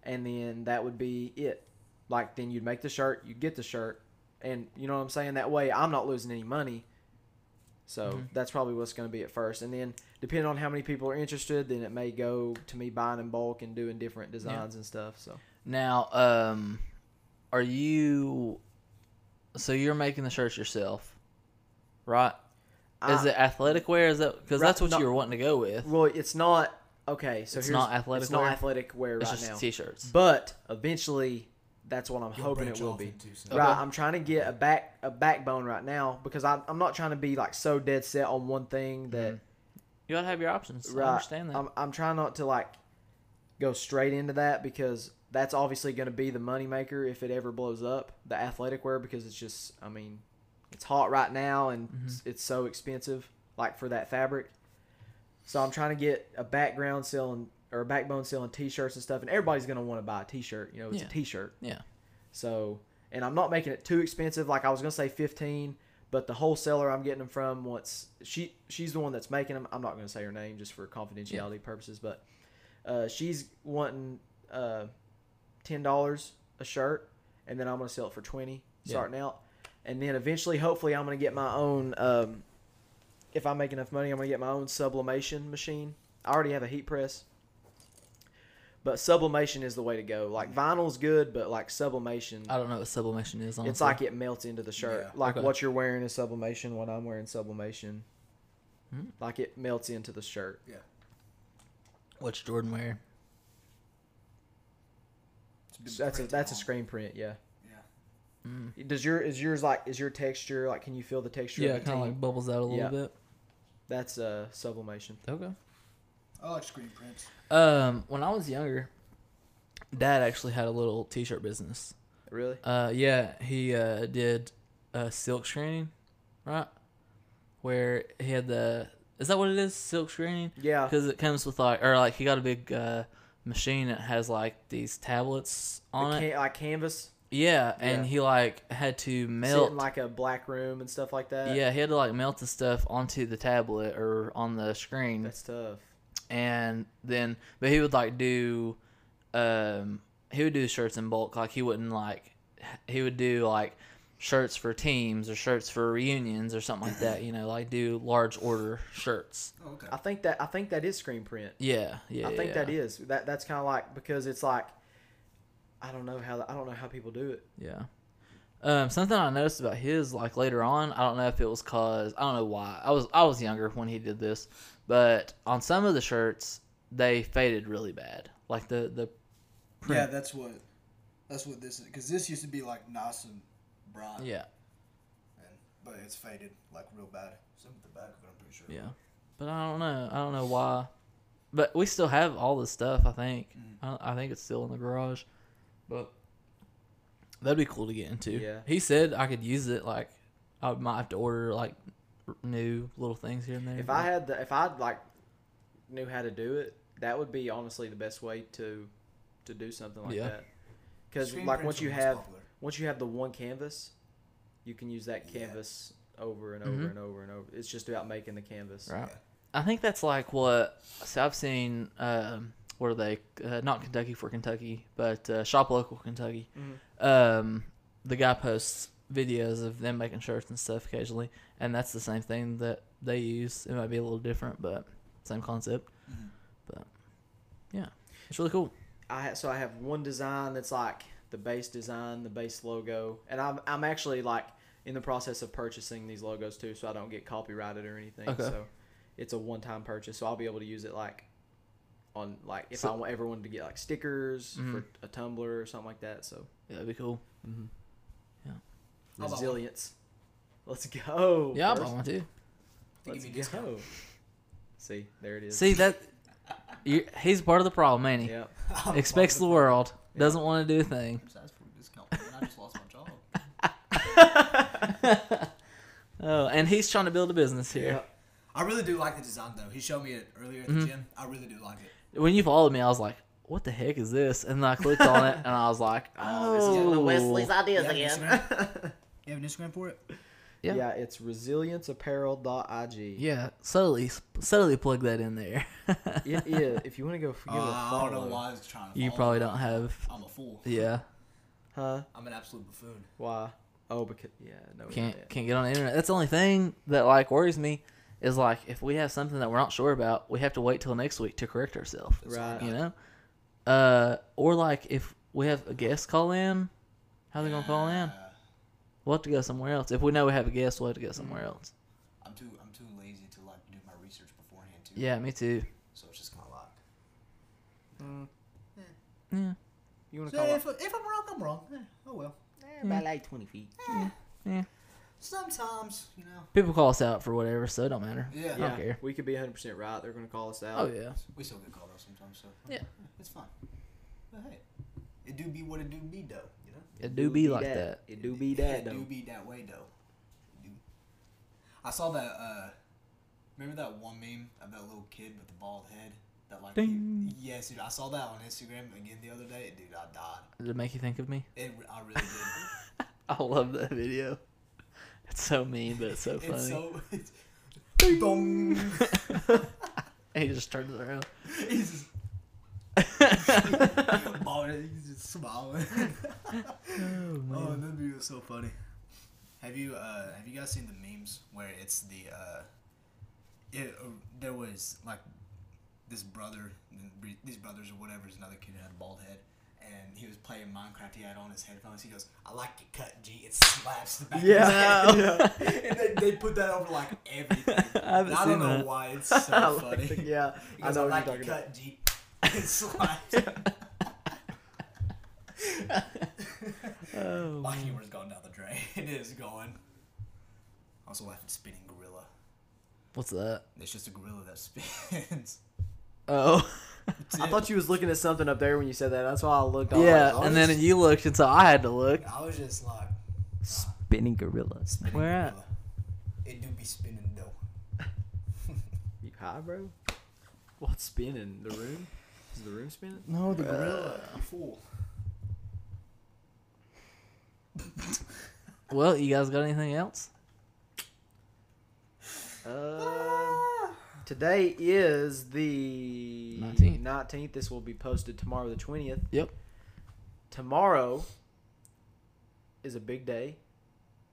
and then that would be it. Like then you'd make the shirt, you get the shirt, and you know what I'm saying. That way, I'm not losing any money. So Mm-hmm. that's probably what's going to be at first, and then depending on how many people are interested, then it may go to me buying in bulk and doing different designs and stuff. So Now, um, are you? So you're making the shirts yourself, right? is I- it athletic wear? Is that because Right, that's what no- you were wanting to go with? well, it's not okay. So It's here's, not athletic It's not wear? athletic wear it's right just now. t-shirts. But eventually, that's what I'm You'll hoping branch it will off be. into something. Right, I'm trying to get a back a backbone right now because I'm I'm not trying to be like so dead set on one thing Mm-hmm. that You gotta have your options. right. I understand that. I'm I'm trying not to like go straight into that because that's obviously going to be the moneymaker if it ever blows up the athletic wear because it's just I mean it's hot right now and Mm-hmm. it's, it's so expensive like for that fabric. So I'm trying to get a background selling or a backbone selling t-shirts and stuff and everybody's going to want to buy a t-shirt, you know, it's Yeah. a t-shirt. yeah. So, and I'm not making it too expensive. Like I was gonna say 15, but the wholesaler I'm getting them from wants she she's the one that's making them. I'm not gonna say her name just for confidentiality purposes, but uh, she's wanting uh, ten dollars a shirt, and then I'm gonna sell it for twenty Yeah. starting out, and then eventually, hopefully, I'm gonna get my own. Um, if I make enough money, I'm gonna get my own sublimation machine. I already have a heat press. But sublimation is the way to go. Like vinyl's good, but like sublimation, I don't know what sublimation is. Honestly. it's like it melts into the shirt. Yeah. Like Okay. what you're wearing is sublimation. What I'm wearing is sublimation. Hmm. Like it melts into the shirt. Yeah, what's Jordan wear? It's been that's a printed that's a on. screen print. Yeah. Yeah. Does your is yours like is your texture like can you feel the texture? Hmm. Yeah, of it the kind of team? like bubbles out a little Yeah. bit. That's uh sublimation. Okay. I like screen prints. Um, when I was younger, Dad actually had a little T-shirt business. Really? Uh, yeah, he uh did uh silk screening, right? Where he had the is that what it is silk screening? Yeah. Because it comes with like or like he got a big uh machine that has like these tablets The on it. can- like canvas Yeah, and Yeah. he like had to sit melt. in like a black room and stuff like that. yeah, he had to like melt the stuff onto the tablet or on the screen. That's tough. and then but he would like do um he would do shirts in bulk like he wouldn't like he would do like shirts for teams or shirts for reunions or something like that you know like do large order shirts Oh, okay. I think that I think that is screen print. yeah yeah I think that yeah, is that that's kind of like because it's like I don't know how I don't know how people do it. yeah um something i noticed about his like later on i don't know if it was cause i don't know why i was i was younger when he did this but on some of the shirts they faded really bad like the the Yeah, that's what that's what this is because this used to be like nice and bright. yeah and- but it's faded like real bad. Some at the back of it, I'm pretty sure. Yeah, but I don't know. I don't know why. But we still have all this stuff. I think. I, I think it's still in the garage. Mm. But that'd be cool to get into. Yeah. He said I could use it. Like I might have to order like r- new little things here and there. If but- I had the if I like knew how to do it, that would be honestly the best way to to do something like Yeah. that. Because Screen like once prints are you the most have popular. once you have the one canvas, you can use that Yeah. canvas over and over Mhm. and over and over. It's just about making the canvas. right. I think that's like what. So I've seen. Um, what are they? Uh, not Kentucky for Kentucky, but uh, shop local Kentucky. Mm-hmm. Um, the guy posts videos of them making shirts and stuff occasionally, and that's the same thing that they use. It might be a little different, but same concept. Mm-hmm. But yeah, it's really cool. I ha- so I have one design that's like the base design, the base logo, and I'm I'm actually like in the process of purchasing these logos too, so I don't get copyrighted or anything. Okay. So it's a one time purchase, so I'll be able to use it like on like if So- I want everyone to get like stickers Mhm. for a Tumblr or something like that. So Yeah, that'd be cool. I'll buy one. resilience. Let's go. Yeah, I first. bought one too. They give Let's me a go. discount. See, there it is. See that? You, he's part of the problem, ain't he? Yeah. I'm Expects the fine world, Yeah. doesn't want to do a thing. with it. That's for a discount. man. I just lost my job. Oh, and he's trying to build a business here. Yeah. I really do like the design though. He showed me it earlier Mm-hmm. at the gym. I really do like it. when you followed me, I was like, "What the heck is this?" And then I clicked on it, and I was like, "Oh, this is one Wesley's You have, an Instagram? you have an Instagram for it? Yeah. yeah it's resilienceapparel.ig. Yeah, subtly subtly plug that in there. yeah, yeah. If you want to go, give it a Uh, I follow. don't know why I was trying to. You probably follow it. don't have. I'm a fool. Yeah, Huh? I'm an absolute buffoon. Why? Oh, because yeah, no. we're can't not. can't get on the internet. That's the only thing that like worries me is like if we have something that we're not sure about, we have to wait till next week to correct ourselves. Right. You know, uh, or like if we have a guest call in, how they gonna call in? Uh, We'll have to go somewhere else. If we know we have a guest, we'll have to go somewhere else. I'm too I'm too lazy to like do my research beforehand too. Yeah, me too. So it's just kind of like. Mm. Yeah. You want to call it? if I'm wrong, I'm wrong. Eh, oh well. Mm. By like twenty feet. Sometimes you know. People call us out for whatever, so it don't matter. Yeah. I don't care. We could be 100 percent right. They're gonna call us out. Oh yeah. We still get called out sometimes, so Yeah. it's fine. But hey, it do be what it do be though, you know. It do be like that. It do be that It do though. be that way though. It do. I saw that. uh Remember that one meme of that little kid with the bald head? That like. Ding. He, yes, dude. I saw that on Instagram again the other day. Dude, I died. Did it make you think of me? It, I really did. I love that video. It's so mean, but it's so funny. It's so. It's, Dong. and he just turns around. He's just. bald head, he's just smiling. Oh, that video was so funny. Have you uh have you guys seen the memes where it's the uh it, uh, there was like this brother th- these brothers or whatever is another kid who had a bald head and he was playing Minecraft he had on his headphones he goes I like your cut G it slaps the back Yeah. of his head. and they, they put that over like everything I haven't And I seen don't know that. why it's so I funny like the- yeah, He I goes, know I what like you're your talking about. cut G it slaps Oh, My humor's gone down the drain. It is going. I also laugh at spinning gorilla. what's that? It's just a gorilla that spins. Oh, That's I it. thought you was looking at something up there when you said that. That's why I looked. all yeah. like, And then you looked, and so I had to look. I was just like Spinning gorillas. spinning Where at? gorilla. It do be spinning though. You high, bro? What's spinning? The room? Is Oh, the room spinning? No, the gorilla. You fool. Well, you guys got anything else? Uh, today is the 19th. 19th. This will be posted tomorrow, the 20th. Yep. Tomorrow is a big day.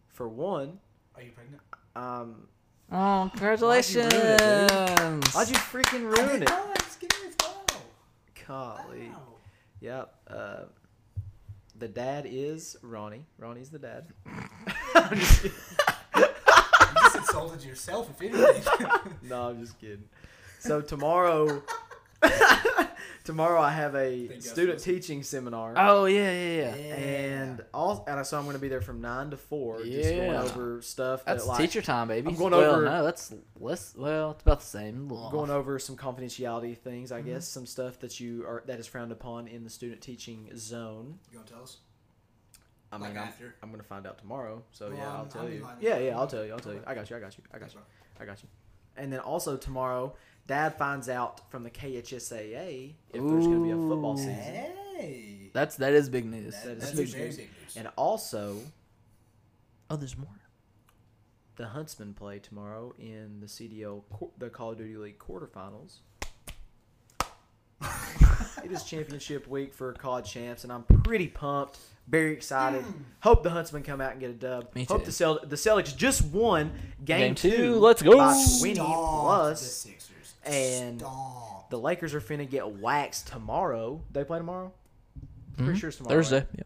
For one, Are you pregnant? um, Oh, congratulations! why'd you freaking ruin it? Let's get it. Wow. Golly. Wow. Yep. Uh, the dad is Ronnie. Ronnie's the dad. I'm just kidding. You just insulted yourself if anything. No, I'm just kidding. So tomorrow, tomorrow I have a guys student listen. teaching seminar, Oh yeah, yeah, yeah. and all and so I'm going to be there from nine to four, just going Yeah. over stuff That's that like teacher time, baby. I'm going well, over- No, that's less. Well, it's about the same. Going going over some confidentiality things, I guess, some stuff that you are that is frowned upon in the student teaching zone. You gonna tell us? I mean, Like I'm, after? I'm going to find out tomorrow, so Well, yeah, I'll I'm- tell I'll be you. lining Yeah, up. yeah, I'll tell you. I'll tell you. Okay. I got you. I got you. I got That's you. right. I got you. And then also tomorrow, Dad finds out from the KHSAA if there's going to be a football Ooh. season. Hey. That's that is big news. That- that is that's big very news. big news. And also, Oh, there's more. the Huntsmen play tomorrow in the CDL, qu- the Call of Duty League quarterfinals. it is championship week for COD champs, and I'm pretty pumped, very excited. Hope the Huntsmen come out and get a dub. Me Hope too. the, Cel- the Celtics just won Game game, two. Let's go. By 20 Stomped the plus. Sixers. and Stomped. The Lakers are finna get waxed tomorrow. They play tomorrow. Pretty sure it's tomorrow. right? Mm-hmm. Thursday. Yeah.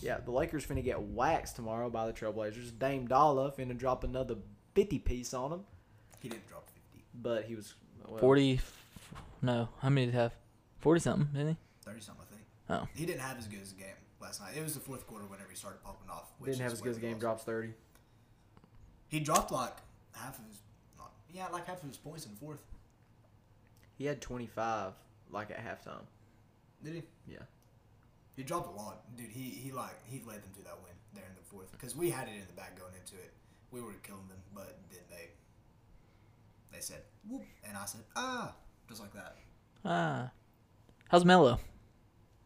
Yeah, the Lakers finna get waxed tomorrow by the Trailblazers. Dame Dollar finna drop another 50 piece on them, He didn't drop 50. but he was well, 40 no how many did he have 40 something didn't he 30 something, I think. Oh. He didn't have as good as a game last night. It was the fourth quarter whenever he started popping off. Didn't have is as good when as we game. lost. Drops 30. He dropped like half of his. Not, yeah, like half of his points in the fourth. He had 25 like at halftime. Did he? Yeah. He dropped a lot, dude. He he like he led them to that win there in the fourth because we had it in the back going into it. We were killing them, but then they they said whoop, and I said ah, just like that. ah how's Melo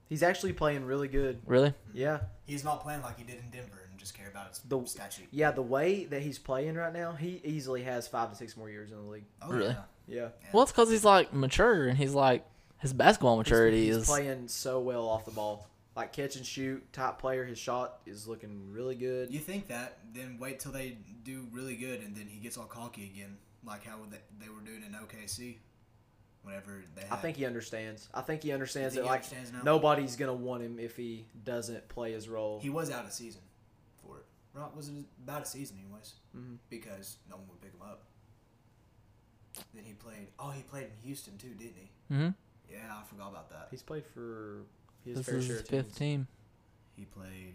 He's actually playing really good. really Yeah. He's not playing like he did in Denver, and and just care about his The- statute. Yeah, the way that he's playing right now, he easily has five to six more years in the league. Oh, Really? Yeah. Yeah. Well, it's because he's like mature and he's like his basketball He's- maturity he's, is. playing so well off the ball. Like catch and shoot, top player. His shot is looking really good. You think that? Then wait till they do really good, and then he gets all cocky again, like how they, they were doing in OKC. Whenever they, had, I think he understands. I think he understands You that think like he understands now? nobody's gonna want him if he doesn't play his role. he was out of season for it. Right? Was it about a season, anyways? Mm-hmm. Mhm. Because no one would pick him up. Then he played. Oh, he played in Houston too, didn't he? hmm Yeah, I forgot about that. He's played for his This fair is share his of teams. fifth team. He played.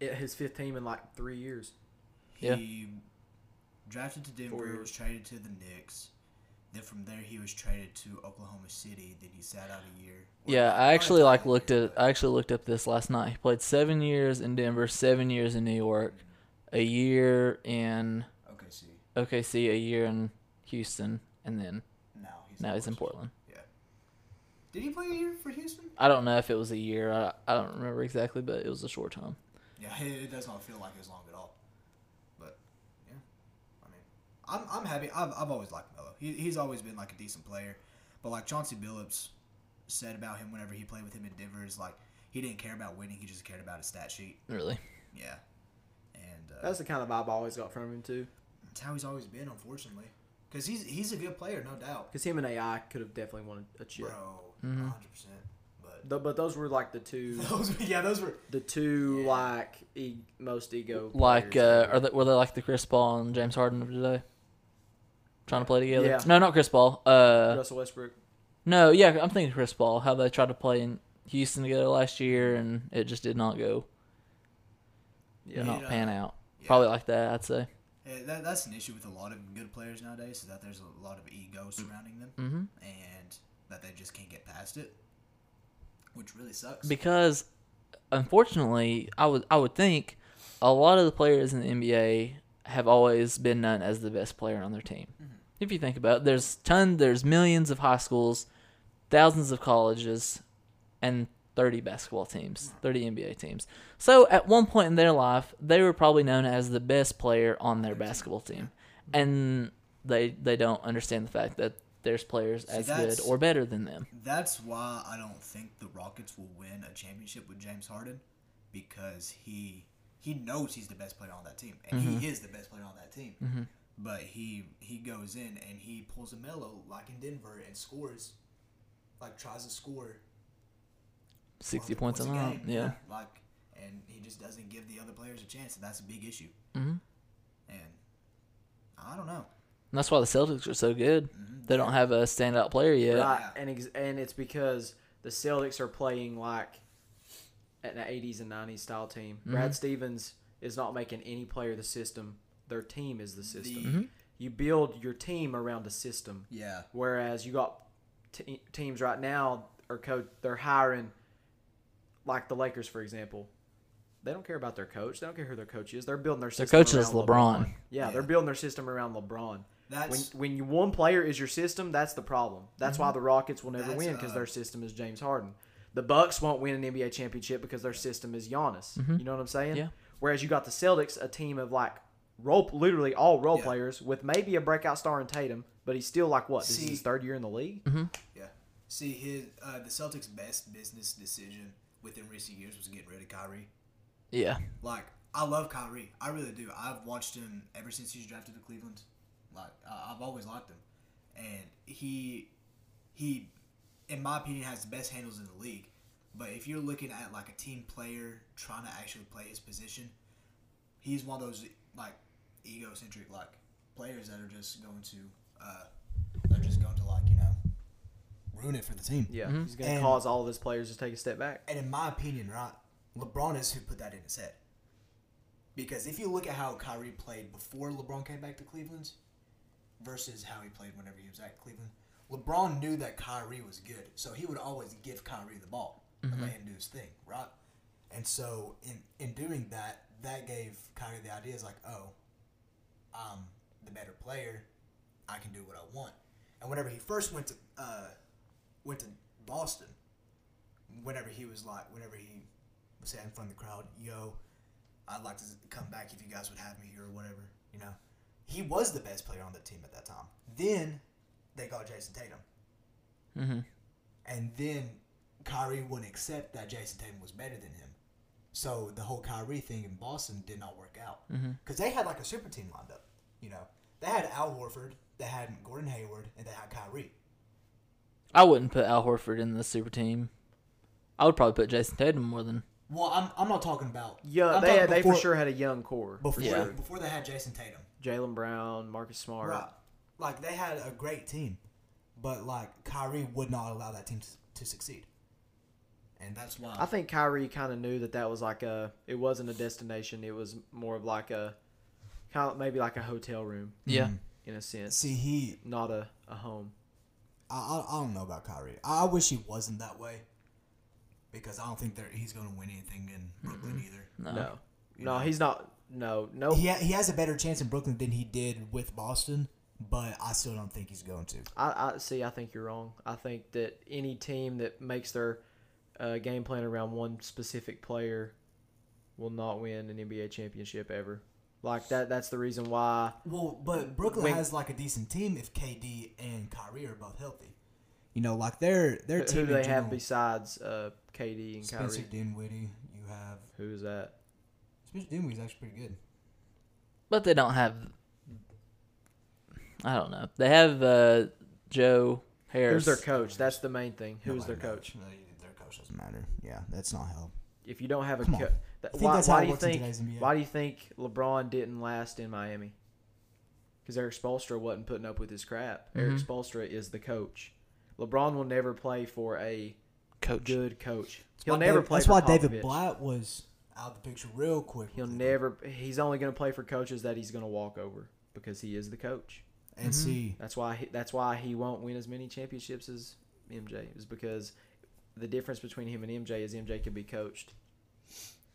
Yeah, his fifth team in like three years. Yeah. He drafted to Denver, years. was traded to the Knicks. Then from there, he was traded to Oklahoma City. Then he sat out a year. Or Yeah, not I a actually ton like of looked years, at. but- I actually looked up this last night. He played seven years in Denver, seven years in New York, a year in okay, see. OKC, a year in Houston, and then Now he's now he's in Portland. Did he play a year for Houston? I don't know if it was a year. I, I don't remember exactly, but it was a short time. Yeah, it, it does not feel like as long at all. But yeah, I mean, I'm, I'm happy. I've, I've always liked Melo. He, he's always been like a decent player. But like Chauncey Billups said about him whenever he played with him in Denver is like he didn't care about winning. He just cared about his stat sheet. Really, Yeah, and uh, That's the kind of vibe I always got from him too. That's how he's always been, unfortunately. Because he's he's a good player, no doubt. Because him and AI could have definitely won a chip. Bro, Mhm. 100%. But Th- but those were like the two, those, were- yeah, those were. the two Yeah. like e- most ego. like uh, players are they, were they like the Chris Paul and James Harden of today? Trying to play together? Yeah. No, not Chris Paul. Uh, Russell Westbrook. No, yeah, I'm thinking Chris Paul. How they tried to play in Houston together last year, and it just did not go. Yeah. did not Yeah. pan out. Yeah. Probably like that, I'd say. Yeah, Eh, that, that's an issue with a lot of good players nowadays, is that there's a lot of ego surrounding them, hmm and that they just can't get past it, which really sucks. Because, unfortunately, I would I would think a lot of the players in the NBA have always been known as the best player on their team. If you think about it, there's ton, there's millions of high schools, thousands of colleges, and 30 basketball teams, 30 NBA teams. So at one point in their life, they were probably known as the best player on their basketball team, and they they don't understand the fact that there's players as good that's- or better than them. That's why I don't think the Rockets will win a championship with James Harden because he he knows he's the best player on that team and he is the best player on that team. But he he goes in and he pulls a mellow like in Denver and scores like tries to score 60 100 points a night. game, Yeah. Like and he just doesn't give the other players a chance and that's a big issue. Mhm. And I don't know. And that's why the Celtics are so good. They don't have a standout player yet. Mm-hmm. Right. And ex- and it's because the Celtics are playing like an 80s and 90s style team. Mm-hmm. Brad Stevens is not making any player the system. Their team is the system. You build your team around a system. Yeah. Whereas you got te- teams right now are coach they're hiring like the Lakers for example. They don't care about their coach. They don't care who their coach is. They're building their Their system. coach is around LeBron. Yeah, Yeah. they're building their system around LeBron. That's Mm-hmm. when when you, one player is your system, that's the problem. That's why the Rockets will never That's, win because uh, their system is James Harden. The Bucks won't win an NBA championship because their system is Giannis. Mm-hmm. You know what I'm saying? Yeah. Whereas you got the Celtics, a team of like role, literally all role Yeah. players with maybe a breakout star in Tatum, but he's still like what? this is See- Mm-hmm. his third year in the league. Yeah. See, his uh, the Celtics' best business decision within recent years was getting rid of Kyrie. Yeah. Like, I love Kyrie. I really do. I've watched him ever since he was drafted to Cleveland. Like, I I've always liked him, and he he, in my opinion, has the best handles in the league. But if you're looking at like a team player trying to actually play his position, he's one of those like egocentric like players that are just going to uh, they're just going to like you know ruin it for the team. Yeah, he's going to Mm-hmm. And- cause all of his players to take a step back. And in my opinion, right, LeBron is who put that in his head. Because if you look at how Kyrie played before LeBron came back to Cleveland versus how he played whenever he was at Cleveland, LeBron knew that Kyrie was good, so he would always give Kyrie the ball and let him do his thing, right? And so in in doing that, that gave Kyrie the idea is like, oh, I'm the better player, I can do what I want. And whenever he first went to uh, went to Boston, whenever he was like, whenever he was having fun in the crowd, yo, I'd like to come back if you guys would have me here or whatever. You know, he was the best player on the team at that time. Then they got Jason Tatum, Mm-hmm. and then Kyrie wouldn't accept that Jason Tatum was better than him. So the whole Kyrie thing in Boston did not work out Mm-hmm. because they had like a super team lined up. You know, they had Al Horford, they had Gordon Hayward, and they had Kyrie. I wouldn't put Al Horford in the super team. I would probably put Jason Tatum more than. Well, I'm, I'm not talking about Yeah, I'm they talking had, they for before- sure had a young core. before Yeah. before they had Jason Tatum. Jalen Brown, Marcus Smart. Right. Like they had a great team, but like Kyrie would not allow that team to, to succeed, and that's why. I think Kyrie kind of knew that that was like a. It wasn't a destination. It was more of like a, kind of maybe like a hotel room Yeah. in a sense, See, he not a, a home. I, I I don't know about Kyrie. I I wish he wasn't that way, because I don't think that he's going to win anything in Brooklyn either. No. No, no, he's not. No, no. He ha- he has a better chance in Brooklyn than he did with Boston, but I still don't think he's going to. I, I see. I think you're wrong. I think that any team that makes their uh, game plan around one specific player will not win an NBA championship ever. Like that. That's the reason why. Well, but Brooklyn Wait. has like a decent team if KD and Kyrie are both healthy. You know, like their their Who do team. in they have general- besides uh, KD and Kyrie? Spencer Dinwiddie. You have Who is that? Spencer Dinwiddie's actually pretty good. But they don't have. I don't know. They have uh, Joe Harris. Who's their coach? That's the main thing. Who's their Nobody knows. coach? No, Their coach doesn't matter. Yeah, that's not help. If you don't have a Come on. coach, I think why, that's how why it do you works in think? today's NBA. Why do you think LeBron didn't last in Miami? Because Eric Spolstra wasn't putting up with his crap. Eric Spolstra is the coach. LeBron will never play for a coach? good coach. That's He'll why never David- play. That's for why David Popovich. Blatt was out of the picture real quick. He'll with it. never. He's only going to play for coaches that he's going to walk over because he is the coach. and see. That's why. He, that's why he won't win as many championships as MJ is because the difference between him and MJ is MJ can be coached.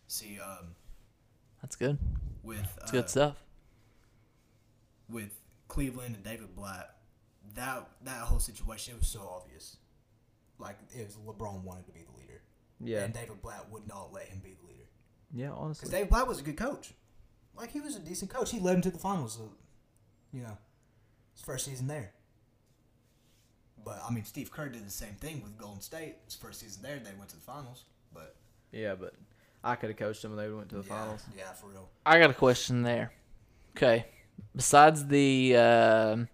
See, um, That's good. with That's Uh, uh, good stuff. with Cleveland and David Blatt, that that whole situation it was so obvious. Like it was LeBron wanted to be the leader, Yeah. and David Blatt would not let him be the leader Yeah. because Honestly. David Blatt was a good coach. Like he was a decent coach. He led him to the finals. uh, You know, his first season there. But I mean, Steve Kerr did the same thing with Golden State. His first season there, they went to the finals. But Yeah, but I could have coached them and they went to the yeah, finals. yeah, for real. I got a question there. Okay. Besides the um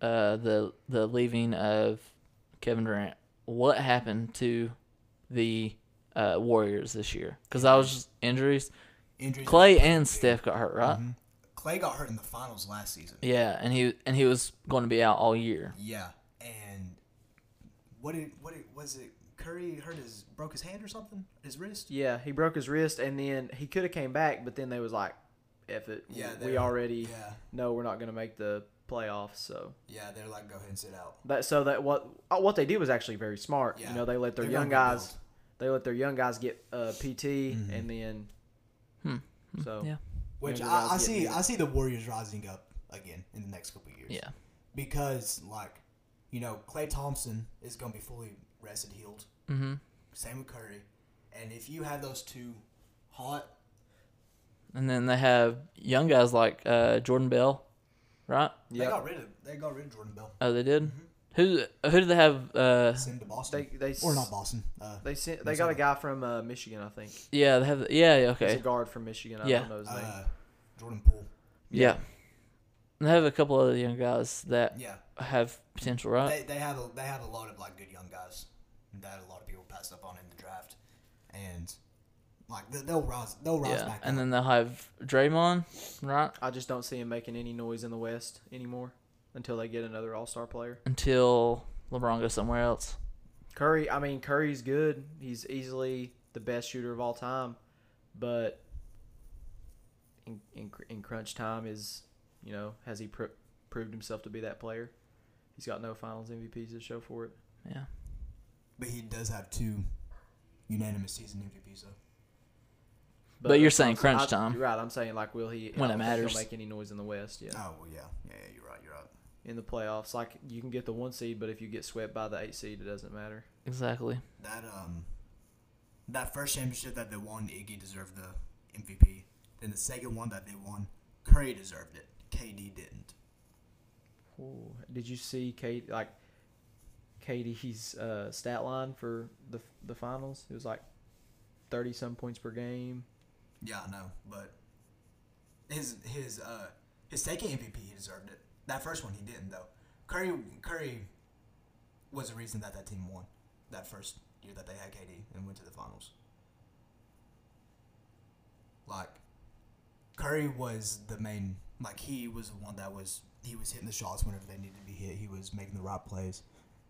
uh, the the leaving of Kevin Durant, what happened to the uh, Warriors this year? Because I was just injuries. Injuries. Clay and Steph got hurt, right? Clay got hurt in the finals last season. Yeah, and he and he was going to be out all year. Yeah, and what did what did, was it? Curry hurt his broke his hand or something? His wrist? Yeah, he broke his wrist and then he could have came back, but then they was like, F it. Yeah, we they- already Yeah, know we're not gonna make the playoffs, so yeah. They're like, go ahead and sit out. that so that what uh, what they did was actually very smart. Yeah. You know, they let their They're young gonna Mm-hmm. guys they let their young guys get uh, PT and then Hmm. so Yeah. Which Younger I, I guys see, getting I see the Warriors rising up again in the next couple of years. Yeah. because like, you know, Clay Thompson is gonna be fully rested, healed. Mm-hmm. Same with Curry, and if you have those two hot, And then they have young guys like uh, Jordan Bell, right? they Yep. got rid of they got rid of Jordan Bell. Oh, they did. Who who did they have? Uh, Send him to Boston they they or s- not Boston? Uh, they sent they got a guy from uh, Michigan, I think. yeah, they have. Yeah, yeah, okay. He's a guard from Michigan. I Yeah. don't know his name. uh, Jordan Poole. Yeah. And they have a couple other young guys that Yeah. have potential, right? they, they have a they have a lot of like good young guys that a lot of people passed up on in the draft, and like they- they'll rise they'll rise yeah. back. And up. then they'll have Draymond, right? I just don't see him making any noise in the West anymore until they get another All Star player. Until LeBron goes somewhere else. Curry, I mean, Curry's good. He's easily the best shooter of all time, but in, in, cr- in crunch time is, you know, has he pr- proved himself to be that player? He's got no Finals MVPs to show for it. Yeah. but he does have two unanimous season MVPs though. But you're that's what saying I'm s- crunch I- time. you're right? I'm saying like, will he? When I it don't think he'll matters. make any noise in the West? Yeah, Oh well, yeah, yeah, yeah, you're right, you're right. in the playoffs, like you can get the one seed, but if you get swept by the eight seed, it doesn't matter. Exactly. That um, that first championship that they won, Iggy deserved the MVP. Then the second one that they won, Curry deserved it. KD didn't. Ooh, did you see Kate like Katie's uh, stat line for the the finals? It was like thirty some points per game. Yeah, I know, but his his uh his second MVP he deserved it. That first one he didn't though. Curry Curry was the reason that that team won that first year that they had KD and went to the finals. Like Curry was the main like he was the one that was he was hitting the shots whenever they needed to be hit. He was making the right plays.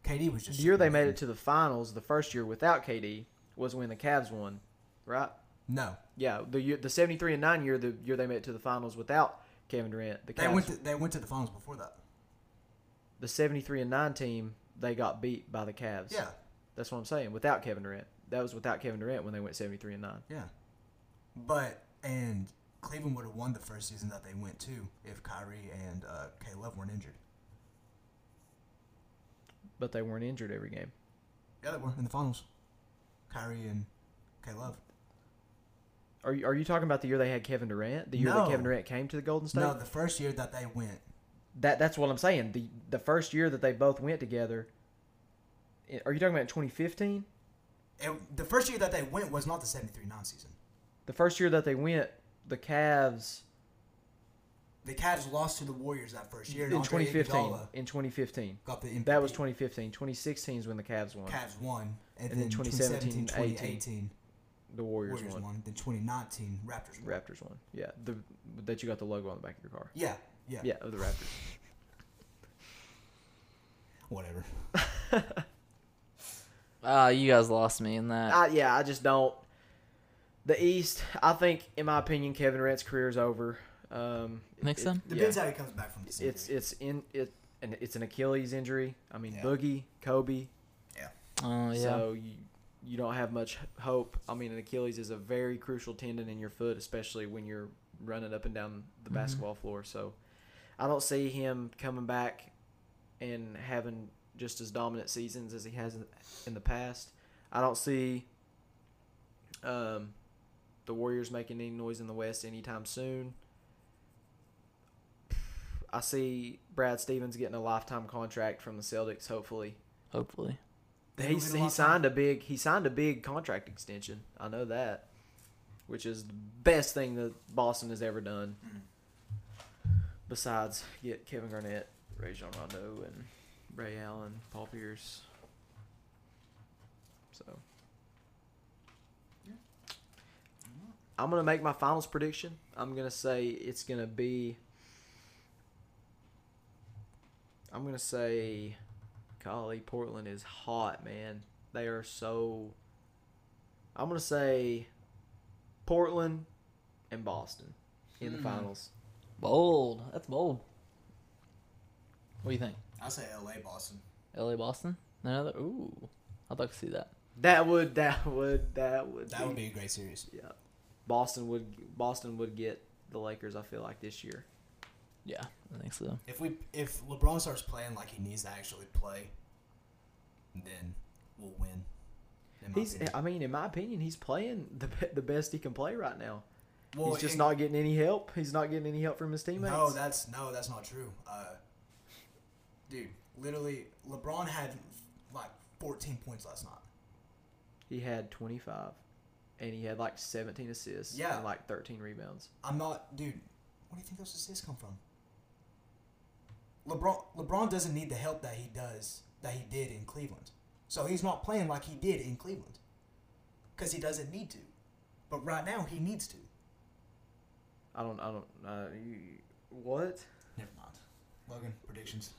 KD was just The year they made it to the finals, the first year without KD was when the Cavs won, right? No, Yeah, the year, the seventy three and nine year, the year they made it to the finals without Kevin Durant, the they Cavs, went to, they went to the finals before that. the seventy three and nine team, they got beat by the Cavs. Yeah, that's what I'm saying. Without Kevin Durant, that was without Kevin Durant when they went seventy three and nine. Yeah. But and Cleveland would have won the first season that they went to if Kyrie and uh, K Love weren't injured. But they weren't injured every game. Yeah, they were in the finals. Kyrie and K Love. Are you, are you talking about the year they had Kevin Durant? The year that No. Kevin Durant came to the Golden State? No, the first year that they went. That that's what I'm saying. The the first year that they both went together. i- Are you talking about 2015? It, the first year that they went was not the 73 9 season. The first year that they went, the Cavs The Cavs lost to the Warriors that first year. in And in 2015. In 2015, Got the MVP. that was 2015. 2016 is when the Cavs won. Cavs won. And And, then then 2017, 2018, 2018, the Warriors, Warriors, won. won. Then 2019, Raptors won. Raptors won. Yeah, the that you got the logo on the back of your car. Yeah, yeah. Yeah, of the Raptors. Whatever. Ah, you guys lost me in that. I, yeah, I just don't. The East, I think, in my opinion, Kevin Durant's career is over. Um, Next it- time? yeah. Depends how he comes back from this. it's injury. it's in it and it's an Achilles injury. I mean, Yeah. Boogie, Kobe. Ah, Oh yeah. So you you don't have much hope. I mean, an Achilles is a very crucial tendon in your foot, especially when you're running up and down the Mhm. basketball floor. So I don't see him coming back and having just as dominant seasons as he has in- in the past. I don't see um, the Warriors making any noise in the West anytime soon. I see Brad Stevens getting a lifetime contract from the Celtics, hopefully. Hopefully. He, Who's in he Los signed a big he signed a big contract extension. I know that, which is the best thing that Boston has ever done. Besides, get Kevin Garnett, Rajon Rondo, and Ray Allen, Paul Pierce. So, I'm gonna make my finals prediction. I'm gonna say it's gonna be. I'm gonna say Golly, Portland is hot, man. They are so. I'm gonna say Portland and Boston in the Hmm. finals. Bold. That's bold. What do you think? I say LA Boston. LA Boston? Another ooh. I'd like to see that. That would that would that would That would be a great series. yeah. Boston would Boston would get the Lakers. I feel like this year. Yeah, I think so. If we if LeBron starts playing like he needs to actually play, then we'll win. in my He's opinion. I mean in my opinion he's playing the be- the best he can play right now. Well, he's just in- not getting any help. He's not getting any help from his teammates. No, that's no, that's not true. Uh, dude, literally, LeBron had like 14 points last night. he had 25 and he had like 17 assists Yeah. and like 13 rebounds. I'm not, dude. Where do you think those assists come from? LeBron LeBron doesn't need the help that he does that he did in Cleveland, so he's not playing like he did in Cleveland, because he doesn't need to. But right now, he needs to. I don't. I don't. Uh, you, what? Never mind. Logan, predictions.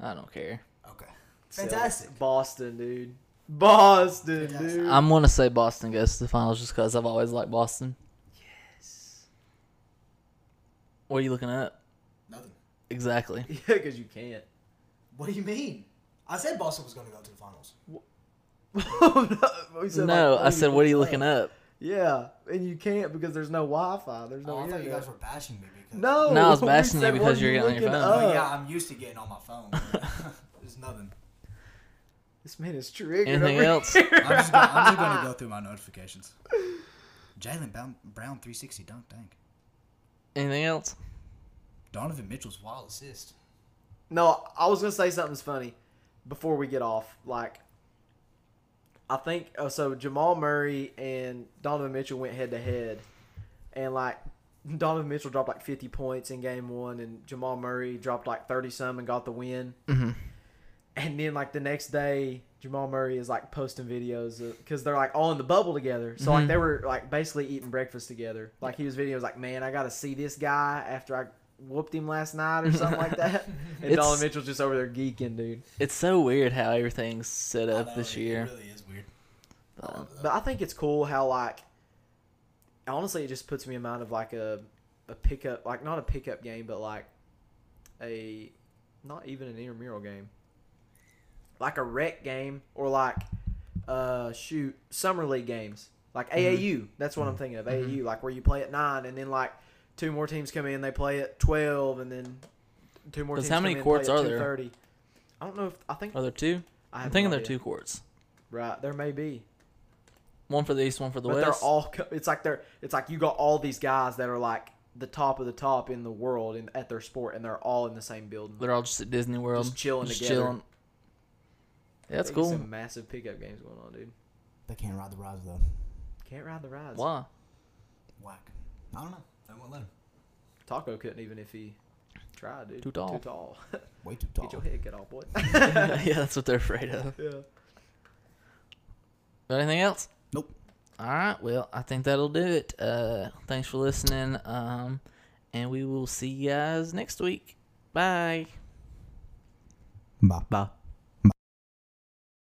I don't care. Okay. Fantastic. Celtics. Boston, dude. Boston, Fantastic. dude. I'm gonna say Boston goes to the finals just because I've always liked Boston. What are you looking at? Nothing. Exactly. yeah, because you can't. What do you mean? I said Boston was going to go to the finals. We said, like, no, I please, said, what are you what's looking up? Yeah, and you can't because there's no Wi-Fi. There's no Oh, I thought you internet. guys were bashing me because. No. No, I was we bashing you said, because what are you're getting on your looking phone. up? Oh, yeah, I'm used to getting on my phone. There's nothing. This man is triggered. Anything over else? here. I'm just, gonna, I'm just gonna go through my notifications. Jalen Brown, Brown 360 dunk dang. Anything else? Donovan Mitchell's wild assist. No, I was gonna say something's funny before we get off. Like, I think oh, so. Jamal Murray and Donovan Mitchell went head to head, and like Donovan Mitchell dropped like fifty points in game one, and Jamal Murray dropped like thirty some and got the win. Mm-hmm. And then like the next day, Jamal Murray is like posting videos because they're like all in the bubble together. So like Mhm. they were like basically eating breakfast together. Like he was videos like, man, I got to see this guy after I whooped him last night or something like that. And It's- Donovan Mitchell's just over there geeking, dude. It's so weird how everything's set I up know, this it- year. It really is weird. But, um, But I think it's cool how like honestly it just puts me in mind of like a a pickup like not a pickup game but like a not even an intramural game. Like a rec game or like uh shoot summer league games. Like Mm-hmm. AAU, that's what I'm thinking of. AAU like where you play at 9 and then like two more teams come in, they play at 12 and then two more Because teams how come many in, courts play are at there? 2:30. I don't know if I think are there two? I I'm have no thinking there are idea. two courts. Right, there may be. One for the east, one for the but west. they're all co- it's like they're it's like you got all these guys that are like the top of the top in the world in, at their sport and they're all in the same building They're all just at Disney World, Just chilling just together. chilling. Yeah, that's They get cool. some massive pickup games going on dude They can't ride the rides though. can't ride the rides Why? Whack. I don't know. They won't let him. taco couldn't even if he tried dude Too tall. too tall Way too get tall. your head cut off boy yeah, that's what they're afraid of. yeah Got anything else? Nope. All right. Well, I think that'll do it. Uh, thanks for listening. Um, and we will see you guys next week. Bye. Bye. Bye.